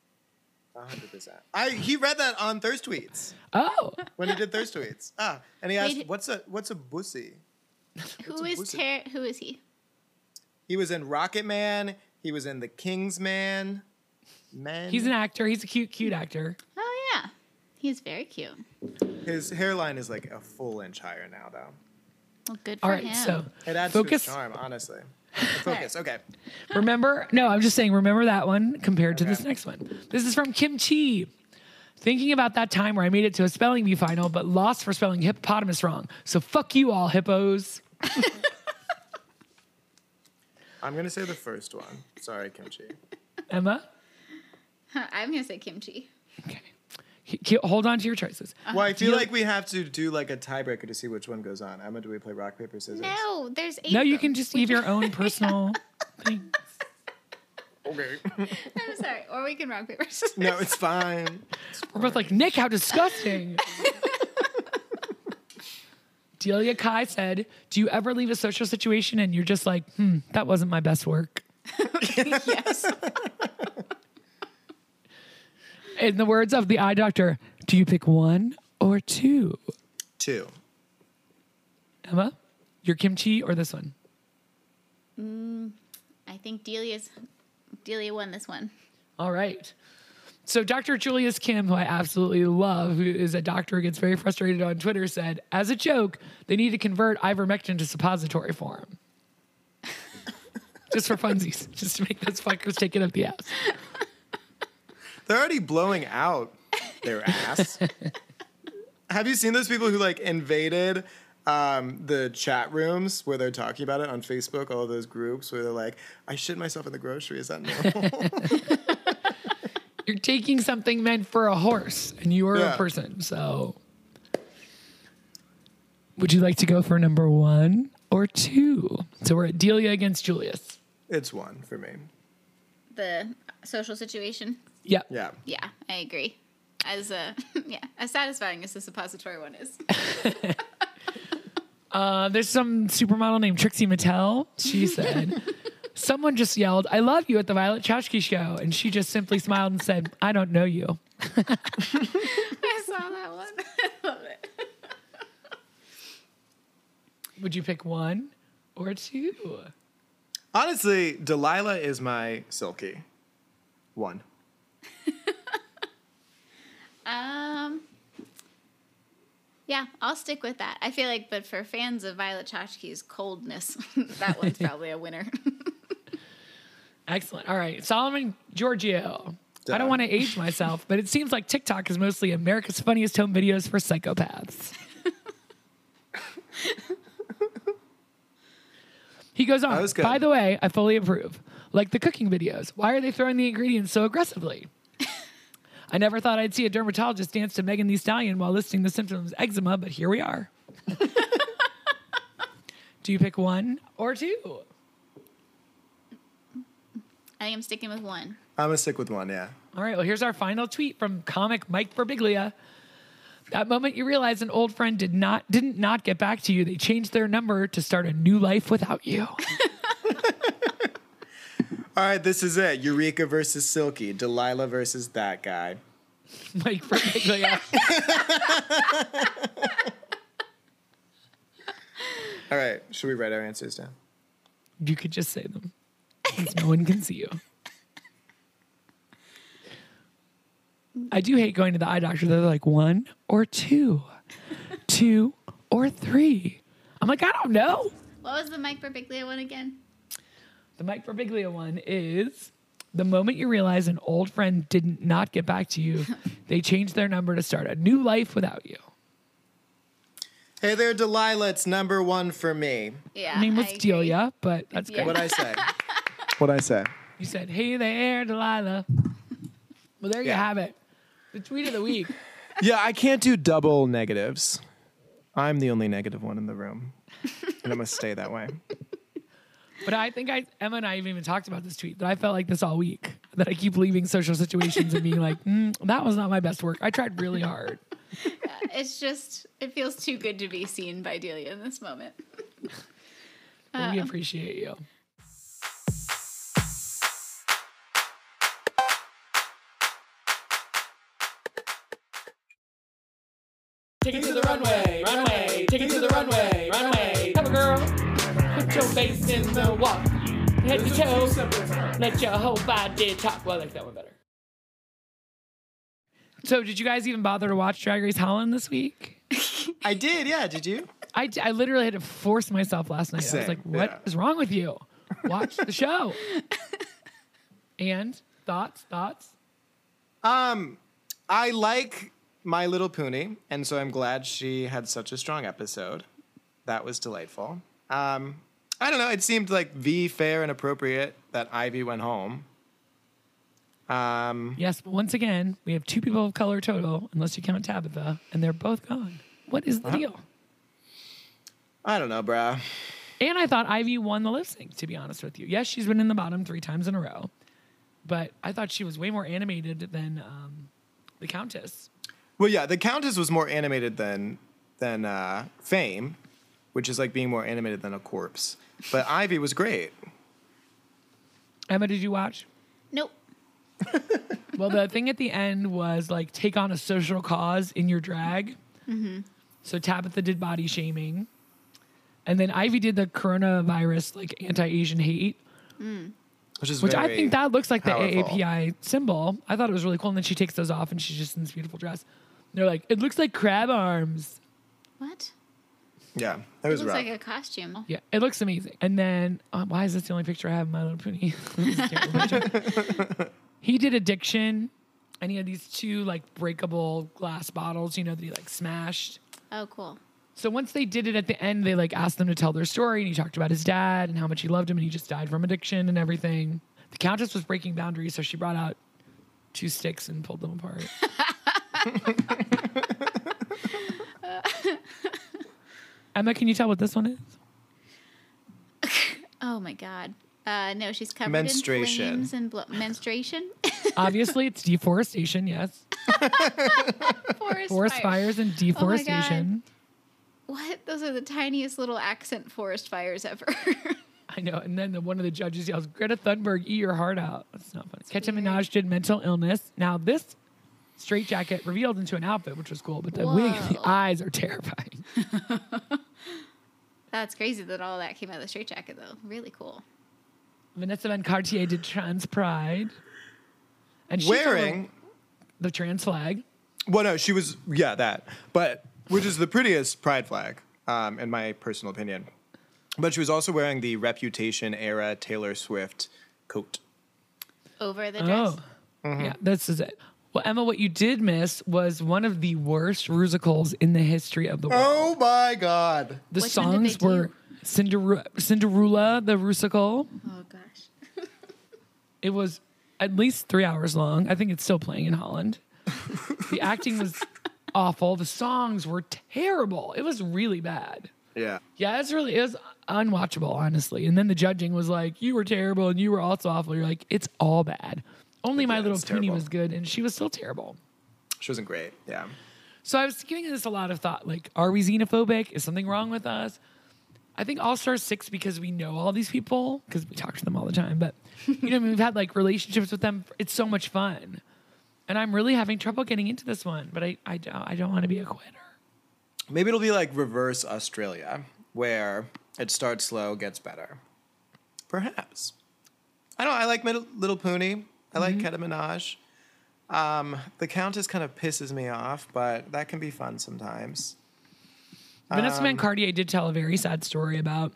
Speaker 1: 100%. I, he read that on Thirst Tweets
Speaker 3: Oh,
Speaker 1: when he did Thirst Tweets. Ah, and he asked,
Speaker 4: Wait.
Speaker 1: what's a what's a bussy?
Speaker 4: Who
Speaker 1: a
Speaker 4: is
Speaker 1: pussy.
Speaker 4: Ter- Who is he?
Speaker 1: He was in Rocket Man. He was in The King's Man. Man.
Speaker 3: he's an actor. He's a cute, cute actor.
Speaker 4: Oh yeah, he's very cute.
Speaker 1: His hairline is like a full inch higher now, though.
Speaker 4: Well, good for
Speaker 3: All right.
Speaker 4: him.
Speaker 3: So
Speaker 1: It adds
Speaker 3: Focus.
Speaker 1: to his charm, honestly. Focus. Okay.
Speaker 3: Remember, no, I'm just saying, remember that one compared to
Speaker 1: Okay.
Speaker 3: this next one. This is from Kim Chi. Thinking about that time where I made it to a spelling bee final, but lost for spelling hippopotamus wrong. So fuck you all, hippos.
Speaker 1: I'm gonna say the first one. Sorry, Kimchi.
Speaker 3: Emma,
Speaker 4: I'm gonna say kimchi.
Speaker 3: okay. H- h- hold on to your choices.
Speaker 1: Well, I feel
Speaker 3: Deal-
Speaker 1: like we have to do like a tiebreaker to see which one goes on. Emma, do we play rock paper scissors?
Speaker 4: No, there's eight.
Speaker 3: No,
Speaker 4: of
Speaker 3: you
Speaker 4: them.
Speaker 3: can just leave your own personal thing.
Speaker 1: Okay.
Speaker 4: I'm sorry, or we can rock paper scissors.
Speaker 1: no, it's fine.
Speaker 3: We're both like, Nick, how disgusting. Delia Kai said, Do you ever leave a social situation and you're just like, hmm, that wasn't my best work?
Speaker 4: yes.
Speaker 3: In the words of the eye doctor, do you pick one or two?
Speaker 1: Two.
Speaker 3: Emma, your kimchi or this one?
Speaker 4: I think Delia's Delia won this one.
Speaker 3: All right. So Dr. Julius Kim, who I absolutely love, who is a doctor who gets very frustrated on Twitter, said, as a joke, they need to convert ivermectin to suppository form. just for funsies, just to make those fuckers take it up the ass.
Speaker 1: They're already blowing out their ass. Have you seen those people who like invaded um, the chat rooms where they're talking about it on Facebook? All those groups where they're like, "I shit myself in the grocery." Is that normal?
Speaker 3: You're taking something meant for a horse and you are
Speaker 1: Yeah.
Speaker 3: a person. So would you like to go for number one or two? So we're at Delia against Julius.
Speaker 1: it's one for me.
Speaker 4: The social situation.
Speaker 3: Yeah.
Speaker 1: Yeah.
Speaker 4: Yeah, I agree. As uh, yeah, as satisfying as the suppository one is.
Speaker 3: Uh, there's some supermodel named Trixie Mattel. She said, Someone just yelled, I love you at the Violet Chachki show. And she just simply smiled and said, I don't know you.
Speaker 4: I saw that one. I love it.
Speaker 3: Would you pick one or two?
Speaker 1: Honestly, Delilah is my silky one.
Speaker 4: Um. Yeah, I'll stick with that. I feel like, but for fans of Violet Chachki's coldness, that one's probably a winner.
Speaker 3: Excellent. All right. Solomon Giorgio. I
Speaker 1: Duh.
Speaker 3: don't want to age myself, but it seems like TikTok is mostly America's funniest home videos for psychopaths. he goes
Speaker 1: That
Speaker 3: on.
Speaker 1: was good.
Speaker 3: By the way, I fully approve. Like the cooking videos. Why are they throwing the ingredients so aggressively? I never thought I'd see a dermatologist dance to Megan Thee Stallion while listing the symptoms of eczema, but here we are. Do you pick one or two?
Speaker 4: I think I'm sticking with one.
Speaker 1: I'm gonna stick with one. Yeah.
Speaker 3: All right, well, here's our final tweet from comic Mike Berbiglia. That moment you realize an old friend did not didn't not get back to you. They changed their number to start a new life without you.
Speaker 1: All right, this is it. Eureka versus Silky. Delilah versus that guy.
Speaker 3: Mike Fermiglia.
Speaker 1: All right, should we write our answers down?
Speaker 3: you could just say them. Since no one can see you. I do hate going to the eye doctor. They're like one or two, two or three. I'm like, I don't know.
Speaker 4: What was the Mike Birbiglia one again?
Speaker 3: The Mike Birbiglia one is the moment you realize an old friend didn't not get back to you, they changed their number to start a new life without you.
Speaker 1: Hey there, Delilah. It's number one for me.
Speaker 4: Yeah.
Speaker 3: Her name was
Speaker 4: I agree.
Speaker 3: Delia, but that's
Speaker 4: Yeah.
Speaker 3: great.
Speaker 1: What I say? what I say?
Speaker 3: You said, "Hey there, Delilah." Well, there you
Speaker 1: Yeah.
Speaker 3: have it. The tweet of the week.
Speaker 1: Yeah, I can't do double negatives. I'm the only negative one in the room, and I'm gonna stay that way.
Speaker 3: But I think I Emma and I have even talked about this tweet that I felt like this all week. That I keep leaving social situations and being like, mm, "That was not my best work. I tried really hard."
Speaker 4: It's just, it feels too good to be seen by Delia in this moment.
Speaker 3: But we appreciate you. Take it to the runway, runway. Take it to the runway, runway. Come on, girl. Put your face in the water. Head to toe. Let your whole body talk. Well, I like that one better. So, did you guys even bother to watch Drag Race Holland this week?
Speaker 1: I did, yeah. Did you?
Speaker 3: I, I literally had to force myself last night. I
Speaker 1: Same,
Speaker 3: was like, "What is
Speaker 1: yeah.
Speaker 3: wrong with you? Watch the show. and thoughts, thoughts.
Speaker 1: Um, I like My Little Pony, and so I'm glad she had such a strong episode. That was delightful. Um, I don't know. It seemed like the fair and appropriate that Ivy went home. Um,
Speaker 3: Yes, but once again, we have two people of color total, unless you count Tabitha, and they're both gone. What is the deal?
Speaker 1: I don't know, bruh.
Speaker 3: And I thought Ivy won the lip sync, to be honest with you. Yes, she's been in the bottom three times in a row, but I thought she was way more animated than um, the Countess.
Speaker 1: Well, yeah, the Countess was more animated than than uh, Fame, which is like being more animated than a corpse. But Ivy was great.
Speaker 3: Emma, did you watch?
Speaker 4: Nope.
Speaker 3: Well, the thing at the end was like take on a social cause in your drag. So Tabitha did body shaming, and then Ivy did the coronavirus like anti-Asian hate,
Speaker 1: Which is
Speaker 3: which I
Speaker 1: very-
Speaker 3: think that looks like the
Speaker 1: powerful.
Speaker 3: AAPI symbol. I thought it was really cool, and then she takes those off and she's just in this beautiful dress. And they're like, it looks like crab arms.
Speaker 4: What?
Speaker 1: yeah, that
Speaker 4: It
Speaker 1: was
Speaker 4: looks
Speaker 1: rough.
Speaker 4: like a costume.
Speaker 3: Yeah, it looks amazing. And then uh, why is this the only picture I have? of My little pony. This is a terrible picture. he did addiction, and he had these two like breakable glass bottles, you know, that he like smashed.
Speaker 4: Oh, cool.
Speaker 3: So once they did it at the end, they like asked them to tell their story, and he talked about his dad and how much he loved him, and he just died from addiction and everything. The Countess was breaking boundaries, so she brought out two sticks and pulled them apart. Emma, can you tell what this one is?
Speaker 4: Oh my god. Uh, no, she's covered
Speaker 1: Menstruation.
Speaker 4: in flames and blo- menstruation.
Speaker 3: Obviously, it's deforestation. Yes,
Speaker 4: forest,
Speaker 3: forest
Speaker 4: fire.
Speaker 3: fires and deforestation.
Speaker 4: What? Those are the tiniest little accent forest fires ever.
Speaker 3: I know. And then the, one of the judges yells, Greta Thunberg, eat your heart out. That's not funny. Ketcha Minaj did mental illness. Now, this straitjacket revealed into an outfit, which was cool, but the wig and the
Speaker 4: Whoa.
Speaker 3: eyes are terrifying.
Speaker 4: That's crazy that all that came out of the straitjacket, though. Really cool.
Speaker 3: Vanessa Van Cartier did trans pride. And she's
Speaker 1: Wearing
Speaker 3: the trans flag.
Speaker 1: Well, no, she was yeah that, but which is the prettiest pride flag, um, in my personal opinion. But she was also wearing the Reputation era Taylor Swift coat.
Speaker 4: Over the dress.
Speaker 3: Oh, yeah, this is it. Well, Emma, what you did miss was one of the worst rusicles in the history of the world.
Speaker 1: Oh my god!
Speaker 3: the
Speaker 4: Which one did
Speaker 3: songs
Speaker 4: they
Speaker 3: were Cinderella, Cinderella, the rusical.
Speaker 4: Oh gosh.
Speaker 3: It was at least three hours long. I think it's still playing in Holland. the acting was awful. The songs were terrible. It was really bad.
Speaker 1: Yeah,
Speaker 3: Yeah, it's really it was unwatchable, honestly. And then the judging was like, "You were terrible, and you were also awful." You're like, "It's all bad." Only my
Speaker 1: Yeah,
Speaker 3: little
Speaker 1: it's
Speaker 3: pony
Speaker 1: terrible.
Speaker 3: was good, and she was still terrible.
Speaker 1: she wasn't great. Yeah,
Speaker 3: So I was giving this a lot of thought. Like, are we xenophobic? Is something wrong with us? I think All Star Six because we know all these people because we talk to them all the time. But you know, what I mean? we've had like relationships with them. It's so much fun, and I'm really having trouble getting into this one. But I, I, don't- I don't want to be a quitter.
Speaker 1: Maybe it'll be like reverse Australia, where it starts slow, gets better. Perhaps. I don't. I like Middle- Little Pony. I like Keta Minaj. Um, the Countess kind of pisses me off, but that can be fun sometimes.
Speaker 3: Vanessa Mancardier did tell a very sad story about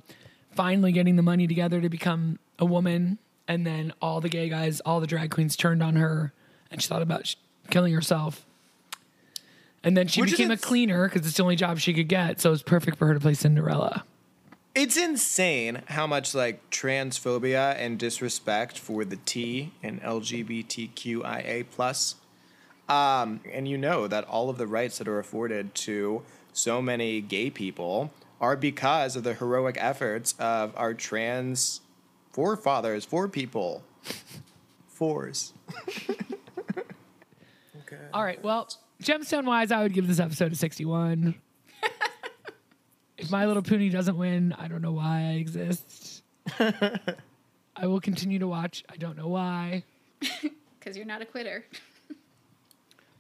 Speaker 3: finally getting the money together to become a woman, and then all the gay guys, all the drag queens turned on her, and she thought about sh- killing herself. And then she
Speaker 1: Which is
Speaker 3: became a
Speaker 1: ins-
Speaker 3: cleaner because it's the only job she could get, so it's perfect for her to play Cinderella.
Speaker 1: It's insane how much like transphobia and disrespect for the T and LGBTQIA plus. Um, and you know that all of the rights that are afforded to so many gay people are because of the heroic efforts of our trans forefathers, four people, fours. okay.
Speaker 3: All right, well, gemstone wise, I would give this episode a sixty-one. if My Little Pony doesn't win, I don't know why I exist. I will continue to watch. I don't know why.
Speaker 4: because you're not a quitter.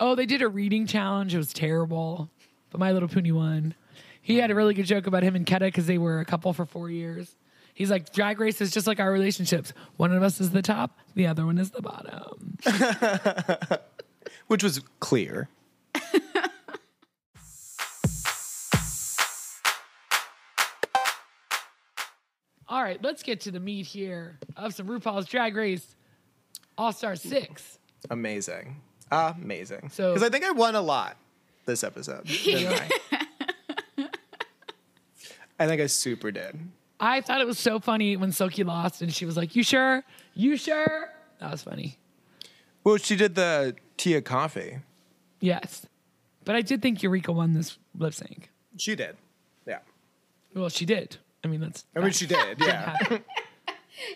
Speaker 3: Oh, they did a reading challenge. It was terrible. But my little pony won. He had a really good joke about him and Keta because they were a couple for four years. He's like, drag race is just like our relationships. One of us is the top, the other one is the bottom.
Speaker 1: Which was clear.
Speaker 3: All right, let's get to the meat here of some RuPaul's Drag Race All Star Six.
Speaker 1: Amazing. Amazing.
Speaker 3: So-
Speaker 1: Because I think I won a lot this episode. didn't I? I think I super did.
Speaker 3: I thought it was so funny when Silky lost and she was like, You sure? You sure? That was funny.
Speaker 1: Well, she did the Tia coffee.
Speaker 3: Yes. But I did think Eureka won this lip sync.
Speaker 1: She did. Yeah.
Speaker 3: Well, she did. I mean, that's.
Speaker 1: I mean, she did. Yeah.
Speaker 3: happened.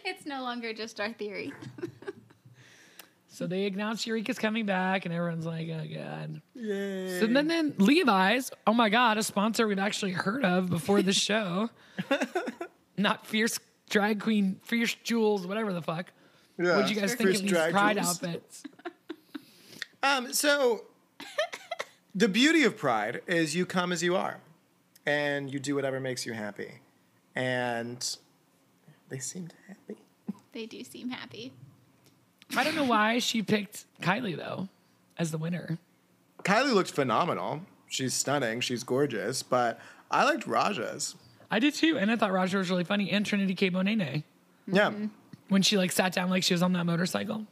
Speaker 4: It's no longer just our theory.
Speaker 3: So they announce Eureka's coming back, and everyone's like, "Oh god!" So then, then Levi's, oh my god, a sponsor we've actually heard of before this show, not fierce drag queen, fierce jewels, whatever the fuck.
Speaker 1: yeah.
Speaker 3: What'd you guys think of these pride outfits?
Speaker 1: Um, so the beauty of pride is you come as you are, and you do whatever makes you happy, and they seemed happy.
Speaker 4: They do seem happy.
Speaker 3: I don't know why she picked Kylie though as the winner.
Speaker 1: Kylie looked phenomenal. She's stunning. She's gorgeous. But I liked Raja's.
Speaker 3: I did too, and I thought Roger was really funny, and Trinity K. Bonet
Speaker 1: Yeah.
Speaker 3: when she like sat down like she was on that motorcycle.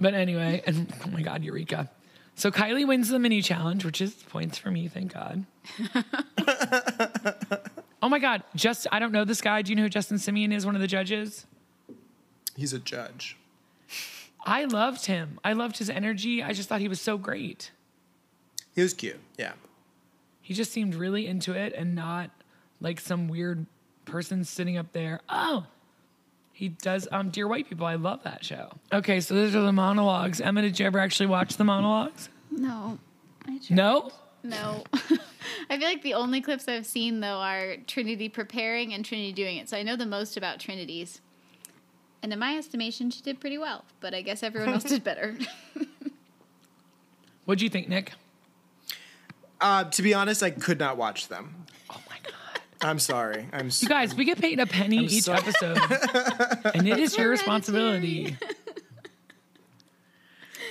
Speaker 3: But anyway, and oh my god, Eureka. So Kylie wins the mini challenge, which is points for me, thank God. oh my god, just I don't know this guy. Do you know who Justin Simeon is, one of the judges?
Speaker 1: He's a judge.
Speaker 3: I loved him. I loved his energy. I just thought he was so great.
Speaker 1: He was cute. Yeah.
Speaker 3: He just seemed really into it and not like some weird person sitting up there. Oh, he does. Um, Dear White People, I love that show. Okay, so those are the monologues. Emma, did you ever actually watch the monologues?
Speaker 4: No. I tr-
Speaker 3: No.
Speaker 4: No. I feel like the only clips I've seen though are Trinity preparing and Trinity doing it. So I know the most about Trinity's. And in my estimation, she did pretty well, but I guess everyone else did better.
Speaker 3: What'd you think, Nick?
Speaker 1: Uh, to be honest, I could not watch them.
Speaker 3: Oh my god,
Speaker 1: I'm sorry. I'm
Speaker 3: you
Speaker 1: sorry.
Speaker 3: guys, we get paid a penny each
Speaker 1: sorry.
Speaker 3: episode, and it is your responsibility.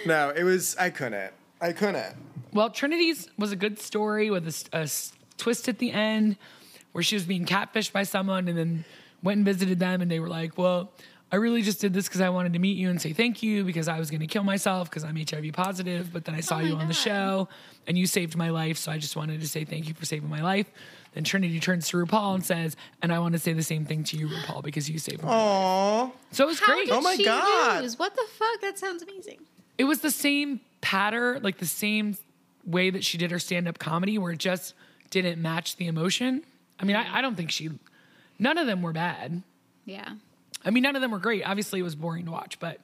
Speaker 1: No, it was. I couldn't. I couldn't.
Speaker 3: Well, Trinity's was a good story with a s- a, s- twist at the end where she was being catfished by someone and then went and visited them and they were like, well, I really just did this because I wanted to meet you and say thank you because I was going to kill myself because I'm HIV positive, but then I saw
Speaker 4: Oh my
Speaker 3: you on the
Speaker 4: God.
Speaker 3: show and you saved my life, so I just wanted to say thank you for saving my life. Then Trinity turns to RuPaul and says, and I want to say the same thing to you, RuPaul, because you saved my life.
Speaker 1: Aww.
Speaker 3: So it was
Speaker 4: How
Speaker 3: great.
Speaker 4: did
Speaker 1: Oh my
Speaker 4: she
Speaker 1: God.
Speaker 4: lose? What the fuck? That sounds amazing.
Speaker 3: it was the same patter, like the same way that she did her stand up comedy, where it just didn't match the emotion. I mean, I, I don't think she, none of them were bad.
Speaker 4: Yeah.
Speaker 3: I I mean, none of them were great. Obviously, it was boring to watch, but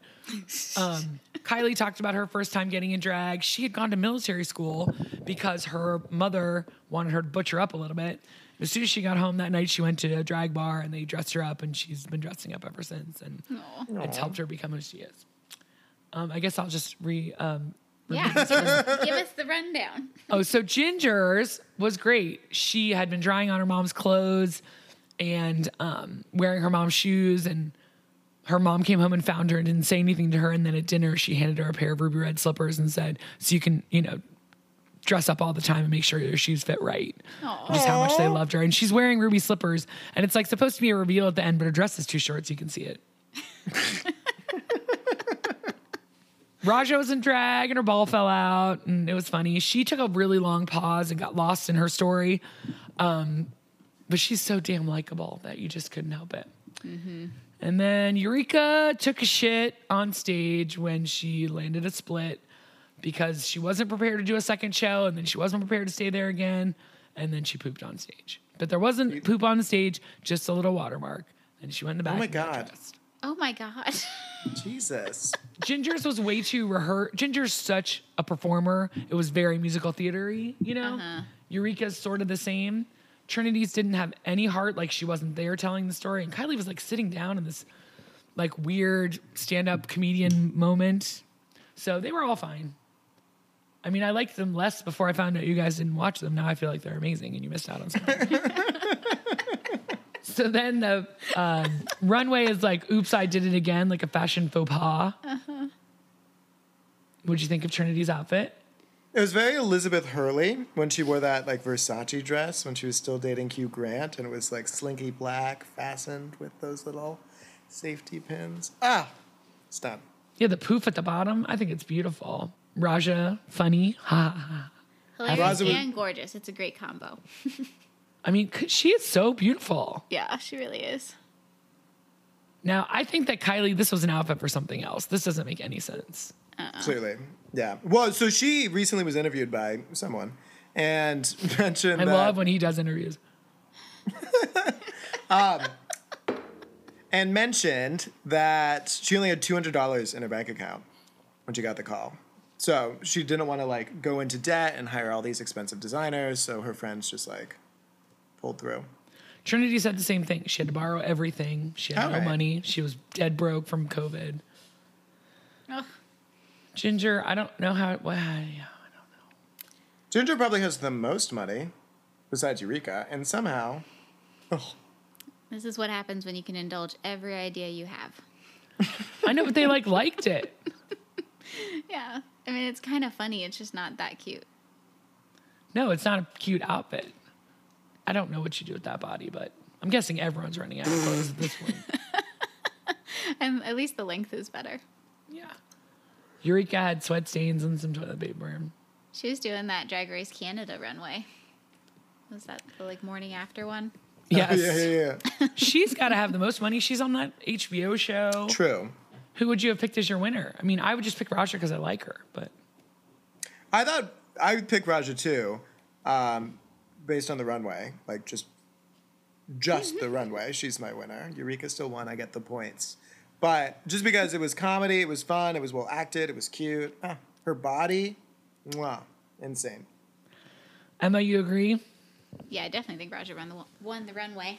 Speaker 3: um, Kylie talked about her first time getting in drag. She had gone to military school because her mother wanted her to butcher up a little bit. As soon as she got home that night, she went to a drag bar and they dressed her up, and she's been dressing up ever since. And it's helped her become who she is. Um, I guess I'll just re. Um,
Speaker 4: Yeah. Give us the rundown.
Speaker 3: oh, so Ginger's was great. She had been drying on her mom's clothes and um, wearing her mom's shoes, and her mom came home and found her and didn't say anything to her. And then at dinner, she handed her a pair of ruby red slippers and said, "So you can, you know." Dress up all the time and make sure your shoes fit right. Just how much they loved her. And she's wearing ruby slippers, and it's like supposed to be a reveal at the end, but her dress is too short so you can see it. Raja was in drag and her ball fell out, and it was funny. She took a really long pause and got lost in her story. Um, but she's so damn likable that you just couldn't help it. And then Eureka took a shit on stage when she landed a split because she wasn't prepared to do a second show, and then she wasn't prepared to stay there again, and then she pooped on stage. But there wasn't poop on the stage, just a little watermark. And she went in the back.
Speaker 1: Oh my
Speaker 3: and got
Speaker 1: God.
Speaker 3: dressed.
Speaker 4: Oh my god.
Speaker 1: Jesus.
Speaker 3: Ginger's was way too rehearsed. Ginger's such a performer. It was very musical theatery, you know. Eureka's sort of the same. Trinity's didn't have any heart, like she wasn't there telling the story. And Kylie was like sitting down in this like weird stand-up comedian moment. So they were all fine. I mean, I liked them less before I found out you guys didn't watch them. Now I feel like they're amazing and you missed out on something. so then the um, runway is like, oops, I did it again, like a fashion faux pas. What'd you think of Trinity's outfit?
Speaker 1: It was very Elizabeth Hurley when she wore that like Versace dress when she was still dating Hugh Grant, and it was like slinky black fastened with those little safety pins. Ah, it's done.
Speaker 3: Yeah, the poof at the bottom. I think it's beautiful. Raja, funny. Ha. ha, ha.
Speaker 4: Hilarious
Speaker 1: Raza was-
Speaker 4: and gorgeous. It's a great combo.
Speaker 3: I mean, could- she is so beautiful.
Speaker 4: Yeah, she really is.
Speaker 3: Now, I think that Kylie, this was an outfit for something else. This doesn't make any sense.
Speaker 1: Clearly, yeah. Well, so she recently was interviewed by someone and mentioned
Speaker 3: I
Speaker 1: that,
Speaker 3: love when he does interviews.
Speaker 1: and mentioned that she only had two hundred dollars in her bank account when she got the call. So she didn't want to like go into debt and hire all these expensive designers. So her friends just like pulled through.
Speaker 3: Trinity said the same thing. She had to borrow everything. She had
Speaker 1: All
Speaker 3: no
Speaker 1: right.
Speaker 3: money. She was dead broke from COVID.
Speaker 4: Ugh.
Speaker 3: Ginger, I don't know how. Well, yeah.
Speaker 1: Ginger probably has the most money, besides Eureka, and somehow,
Speaker 4: This is what happens when you can indulge every idea you have.
Speaker 3: I know, but they like liked it.
Speaker 4: Yeah. I mean, it's kind of funny. It's just not that cute.
Speaker 3: No, it's not a cute outfit. I don't know what you do with that body, but I'm guessing everyone's running out of clothes at this point.
Speaker 4: And at least the length is better.
Speaker 3: Yeah. Eureka had sweat stains and some toilet paper.
Speaker 4: She was doing that Drag Race Canada runway. Was that the like morning after one?
Speaker 3: Yes.
Speaker 1: yeah, yeah, yeah.
Speaker 3: She's got to have the most money. She's on that HBO show.
Speaker 1: True.
Speaker 3: Who would you have picked as your winner? I mean, I would just pick Roger because I like her, but
Speaker 1: I thought I would pick Raja too, um, based on the runway, like just, just the runway. She's my winner. Eureka still won. I get the points, but just because it was comedy, it was fun, it was well acted, it was cute. Ah, her body, mwah, insane.
Speaker 3: Emma, you agree? Do
Speaker 4: Yeah, I definitely think Roger won the won the runway.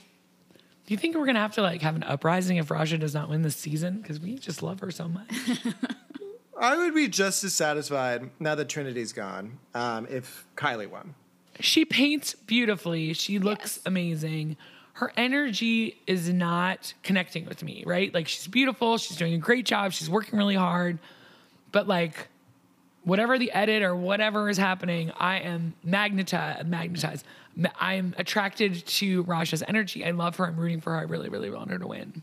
Speaker 3: you think we're gonna have to like have an uprising if Raja does not win this season? Because we just love her so much.
Speaker 1: I would be just as satisfied now that Trinity's gone um, if Kylie won.
Speaker 3: She paints beautifully. She looks
Speaker 4: Yes.
Speaker 3: amazing. Her energy is not connecting with me, right? Like she's beautiful. She's doing a great job. She's working really hard. But like whatever the edit or whatever is happening, I am magnetized. magnetized. Ma- I'm attracted to Raja's energy. I love her. I'm rooting for her. I really, really want her to win.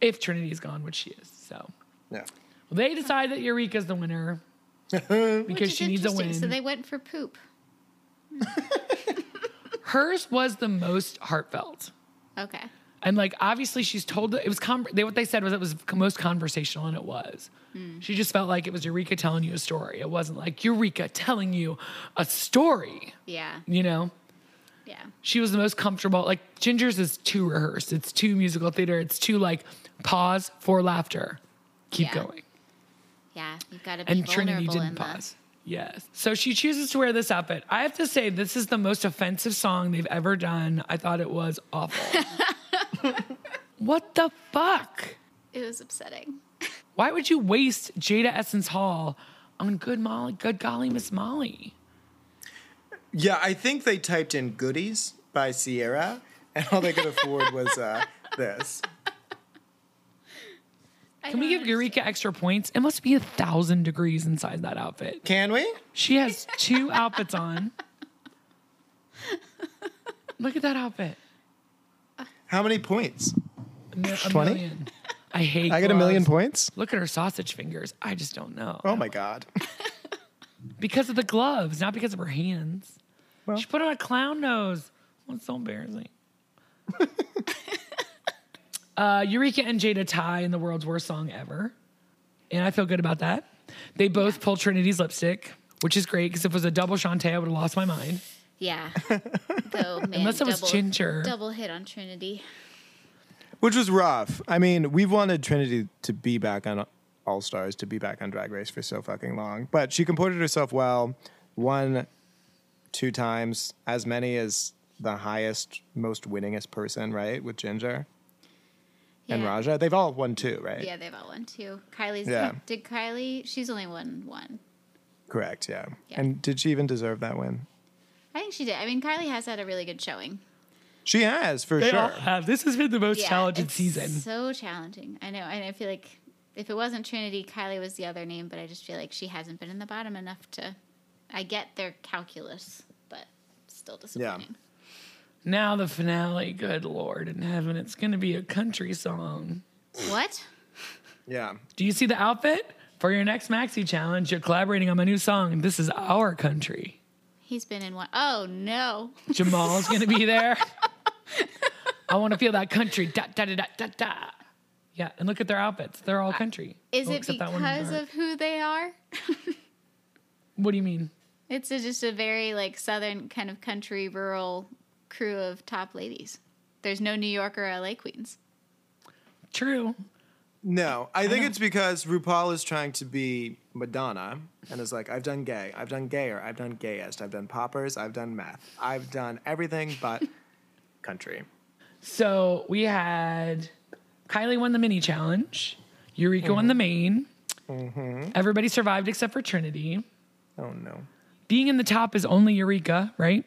Speaker 3: If Trinity's gone, which she is. So
Speaker 1: Yeah.
Speaker 3: Well, they decide that Eureka's the winner because
Speaker 4: is
Speaker 3: she needs a
Speaker 4: interesting.
Speaker 3: win.
Speaker 4: So they went for poop.
Speaker 3: Hers was the most heartfelt.
Speaker 4: Okay.
Speaker 3: And like obviously she's told it was con- they, what they said was it was c- most conversational and it was. She just felt like it was Eureka telling you a story. It wasn't like Eureka telling you a story,
Speaker 4: Yeah.
Speaker 3: you know.
Speaker 4: Yeah.
Speaker 3: She was the most comfortable. Like Ginger's is too rehearsed. It's too musical theater. It's too like pause for laughter. Keep
Speaker 4: Yeah.
Speaker 3: going.
Speaker 4: Yeah. You've got to be
Speaker 3: And Trinity
Speaker 4: vulnerable
Speaker 3: didn't
Speaker 4: in
Speaker 3: pause. Yes. So she chooses to wear this outfit. I have to say, this is the most offensive song they've ever done. I thought it was awful. what the fuck?
Speaker 4: the. It was upsetting.
Speaker 3: Why would you waste Jada Essence Hall on Good Molly, Good Golly Miss Molly?
Speaker 1: Yeah, I think they typed in "Goodies" by Sierra, and all they could afford was uh, this.
Speaker 4: I
Speaker 3: Can we
Speaker 4: don't
Speaker 3: give Eureka extra points? It must be a thousand degrees inside that outfit.
Speaker 1: Can we?
Speaker 3: She has two outfits on. Look at that outfit.
Speaker 1: How many points?
Speaker 3: A mil- a
Speaker 1: 20?
Speaker 3: million. I hate.
Speaker 1: I get a million
Speaker 3: gloves.
Speaker 1: points.
Speaker 3: Look at her sausage fingers. I just don't know.
Speaker 1: Oh my god.
Speaker 3: Because of the gloves, not because of her hands.
Speaker 1: Well.
Speaker 3: she put on a clown nose. Well, it's so embarrassing. uh, Eureka and Jada tie in the world's worst song ever. And I feel good about that. They both pull Trinity's lipstick, which is great because if it was a double Shantae, I would have lost my mind.
Speaker 4: Yeah. Though, man,
Speaker 3: Unless it was
Speaker 4: double,
Speaker 3: Ginger.
Speaker 4: Double hit on Trinity.
Speaker 1: Which was rough. I mean, we've wanted Trinity to be back on All Stars, to be back on Drag Race for so fucking long, but she comported herself well. Won two times, as many as the highest, most winningest person, right? With Ginger
Speaker 4: Yeah.
Speaker 1: and Raja, they've all won two, right?
Speaker 4: Yeah, they've all won two. Kylie's.
Speaker 1: Yeah.
Speaker 4: Did Kylie? She's only won one.
Speaker 1: Correct. Yeah.
Speaker 4: Yeah.
Speaker 1: And did she even deserve that win?
Speaker 4: I think she did. I mean, Kylie has had a really good showing.
Speaker 1: She has, for
Speaker 3: They
Speaker 1: sure.
Speaker 3: all have. This has been the most
Speaker 4: Yeah,
Speaker 3: challenging
Speaker 4: it's
Speaker 3: season.
Speaker 4: So challenging. I know. And I feel like if it wasn't Trinity, Kylie was the other name, but I just feel like she hasn't been in the bottom enough to. I get their calculus, but still disappointing.
Speaker 3: Now the finale, good lord in heaven, it's gonna be a country song.
Speaker 4: What?
Speaker 1: Yeah.
Speaker 3: Do you see the outfit? For your next maxi challenge, you're collaborating on my new song. This is our country.
Speaker 4: He's been in one. Oh, no.
Speaker 3: Jamal's gonna be there. I wanna feel that country. Da da da da da da. Yeah, and look at their outfits. They're all country.
Speaker 4: Uh, Is
Speaker 3: Oh,
Speaker 4: it
Speaker 3: except that one in the
Speaker 4: because
Speaker 3: dark.
Speaker 4: of who they are?
Speaker 3: What do you mean?
Speaker 4: It's a, just a very like southern kind of country rural crew of top ladies. There's no New York or LA queens.
Speaker 3: True.
Speaker 1: No, I think it's because RuPaul is trying to be Madonna and is like, I've done gay, I've done gayer, I've done gayest, I've done poppers, I've done meth, I've done everything but country.
Speaker 3: So we had Kylie won the mini challenge. Eureka won the main. Everybody survived except for Trinity.
Speaker 1: Oh no.
Speaker 3: being in the top is only Eureka, right?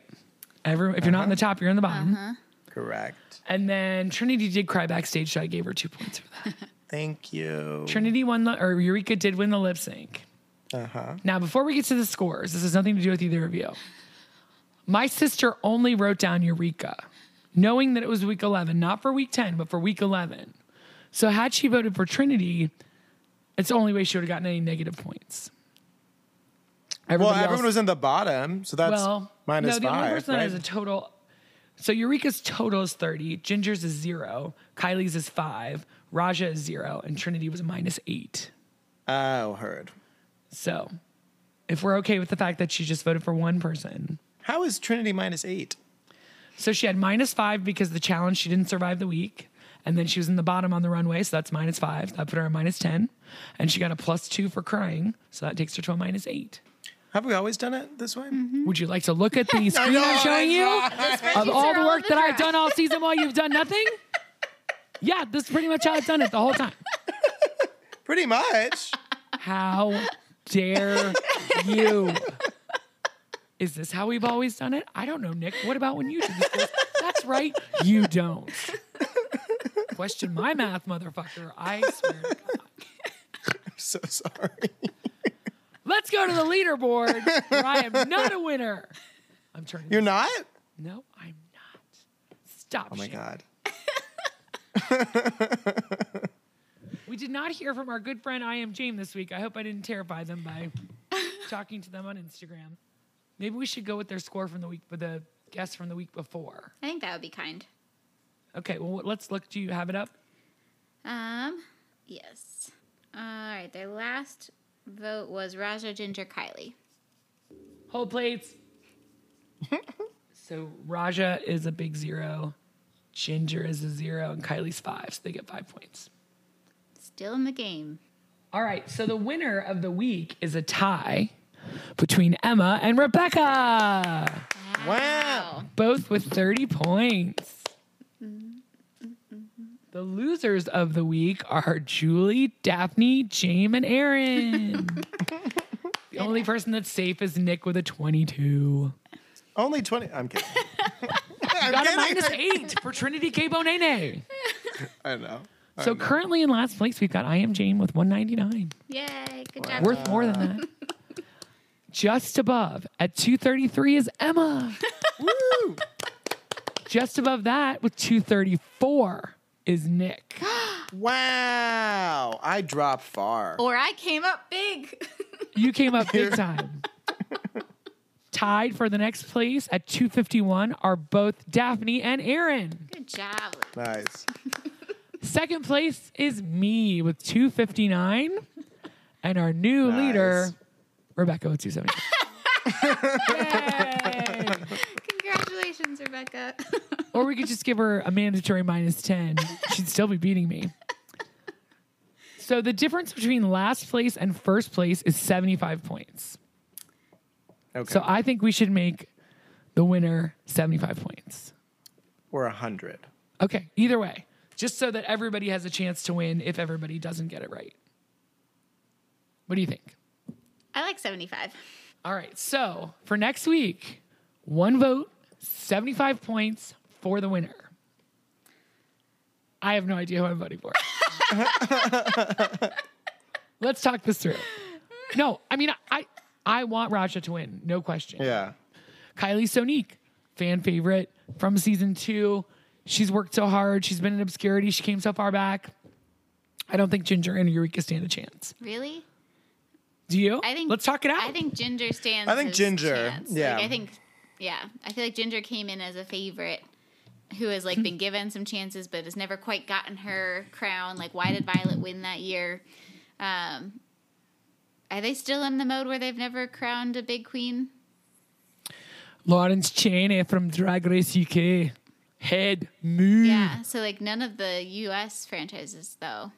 Speaker 3: Every, if you're not in the top, you're in the
Speaker 4: Uh-huh.
Speaker 3: bottom.
Speaker 1: Correct.
Speaker 3: And then Trinity did cry backstage, so I gave her two points for that.
Speaker 1: Thank you.
Speaker 3: Trinity won the, or Eureka did win the lip sync. Uh-huh. Now, before we get to the scores, this has nothing to do with either of you. My sister only wrote down Eureka, knowing that it was week 11, not for week 10, but for week 11. So had she voted for Trinity, it's the only way she would have gotten any negative points.
Speaker 1: well,
Speaker 3: Everybody
Speaker 1: everyone
Speaker 3: else-
Speaker 1: was in the bottom, so that's
Speaker 3: Well,
Speaker 1: minus
Speaker 3: no, the only
Speaker 1: five.
Speaker 3: person that
Speaker 1: Right?
Speaker 3: has a total. So Eureka's total is thirty. Ginger's is zero. Kylie's is five. Raja is zero, and Trinity was minus eight.
Speaker 1: oh, heard.
Speaker 3: So, if we're okay with the fact that she just voted for one person,
Speaker 1: How is Trinity minus eight?
Speaker 3: so she had minus five because the challenge she didn't survive the week, and then she was in the bottom on the runway, so that's minus five. That put her at minus ten, and she got a plus two for crying, so that takes her to a minus eight.
Speaker 1: Have we always done it this way?
Speaker 3: Would you like to look at the screen I'm showing you? of all
Speaker 4: are
Speaker 3: the
Speaker 4: all
Speaker 3: work
Speaker 4: the
Speaker 3: that I've
Speaker 4: drugs.
Speaker 3: done all season while you've done nothing? Yeah, this is pretty much how I've done it the whole time.
Speaker 1: Pretty much.
Speaker 3: How dare you? Is this how we've always done it? I don't know, Nick. What about when you do this? Chris? That's right, you don't. Question my math, motherfucker. I swear. to God.
Speaker 1: I'm so sorry.
Speaker 3: Let's go to the leaderboard where I am not a winner. I'm turning.
Speaker 1: You're not?
Speaker 3: no, I'm not. Stop.
Speaker 1: Oh my
Speaker 3: Shane.
Speaker 1: god.
Speaker 3: We did not hear from our good friend I am James this week. I hope I didn't terrify them by talking to them on Instagram. Maybe we should go with their score from the week, but the guess from the week before.
Speaker 4: I think that would be kind.
Speaker 3: Okay, well let's look. Do you have it up?
Speaker 4: Um, yes. All right. Their last vote was Raja Ginger Kylie.
Speaker 3: Hold plates. So Raja is a big zero, Ginger is a zero, and Kylie's five. So they get five points.
Speaker 4: Still in the game.
Speaker 3: All right. So the winner of the week is a tie between Emma and Rebecca,
Speaker 1: Wow.
Speaker 3: both with 30 points. The losers of the week are Julie, Daphne, James, and Aaron. the only person that's safe is Nick with a 22.
Speaker 1: Only 20. I'm kidding. I'm
Speaker 3: Got a
Speaker 1: kidding.
Speaker 3: minus eight for Trinity K. Bonene.
Speaker 1: I know.
Speaker 3: So currently in last place, we've got I Am Jane with 199.
Speaker 4: Yay. Good job.
Speaker 3: Worth more than that. Just above at 233 is Emma.
Speaker 1: Woo!
Speaker 3: Just above that with 234 is Nick.
Speaker 1: Wow. I dropped far.
Speaker 4: or I came up big.
Speaker 3: You came up big time. Tied for the next place at 251 are both Daphne and Aaron.
Speaker 4: Good job. Luke.
Speaker 1: Nice.
Speaker 3: Second place is me with 259 and our new leader,
Speaker 1: Nice.
Speaker 3: Rebecca with 270. Yay!
Speaker 4: Congratulations, Rebecca.
Speaker 3: Or we could just give her a mandatory minus 10. She'd still be beating me. So the difference between last place and first place is 75 points.
Speaker 1: Okay.
Speaker 3: So I think we should make the winner 75 points.
Speaker 1: or 100.
Speaker 3: Okay, either way, just so that everybody has a chance to win if everybody doesn't get it right. What do you think?
Speaker 4: I like 75.
Speaker 3: All right, so for next week, one vote, 75 points for the winner. I have no idea who I'm voting for. Let's talk this through. No, I mean, I, I want Raja to win, no question.
Speaker 1: Yeah.
Speaker 3: Kylie Sonique, fan favorite from season two. She's worked so hard. She's been in obscurity. She came so far back. I don't think Ginger and Eureka stand a chance.
Speaker 4: Really?
Speaker 3: Do you?
Speaker 4: I think.
Speaker 3: Let's talk it out.
Speaker 4: I think Ginger stands.
Speaker 1: I think
Speaker 4: his
Speaker 1: Ginger,
Speaker 4: chance. Like,
Speaker 1: yeah.
Speaker 4: I think. Yeah. I feel like Ginger came in as a favorite who has like been given some chances but has never quite gotten her crown. Like, why did Violet win that year? Um, are they still in the mode where they've never crowned a big queen?
Speaker 3: Lawrence Cheney from Drag Race UK. Head move.
Speaker 4: Yeah.
Speaker 1: Mm.
Speaker 4: So like none of the U.S. franchises though.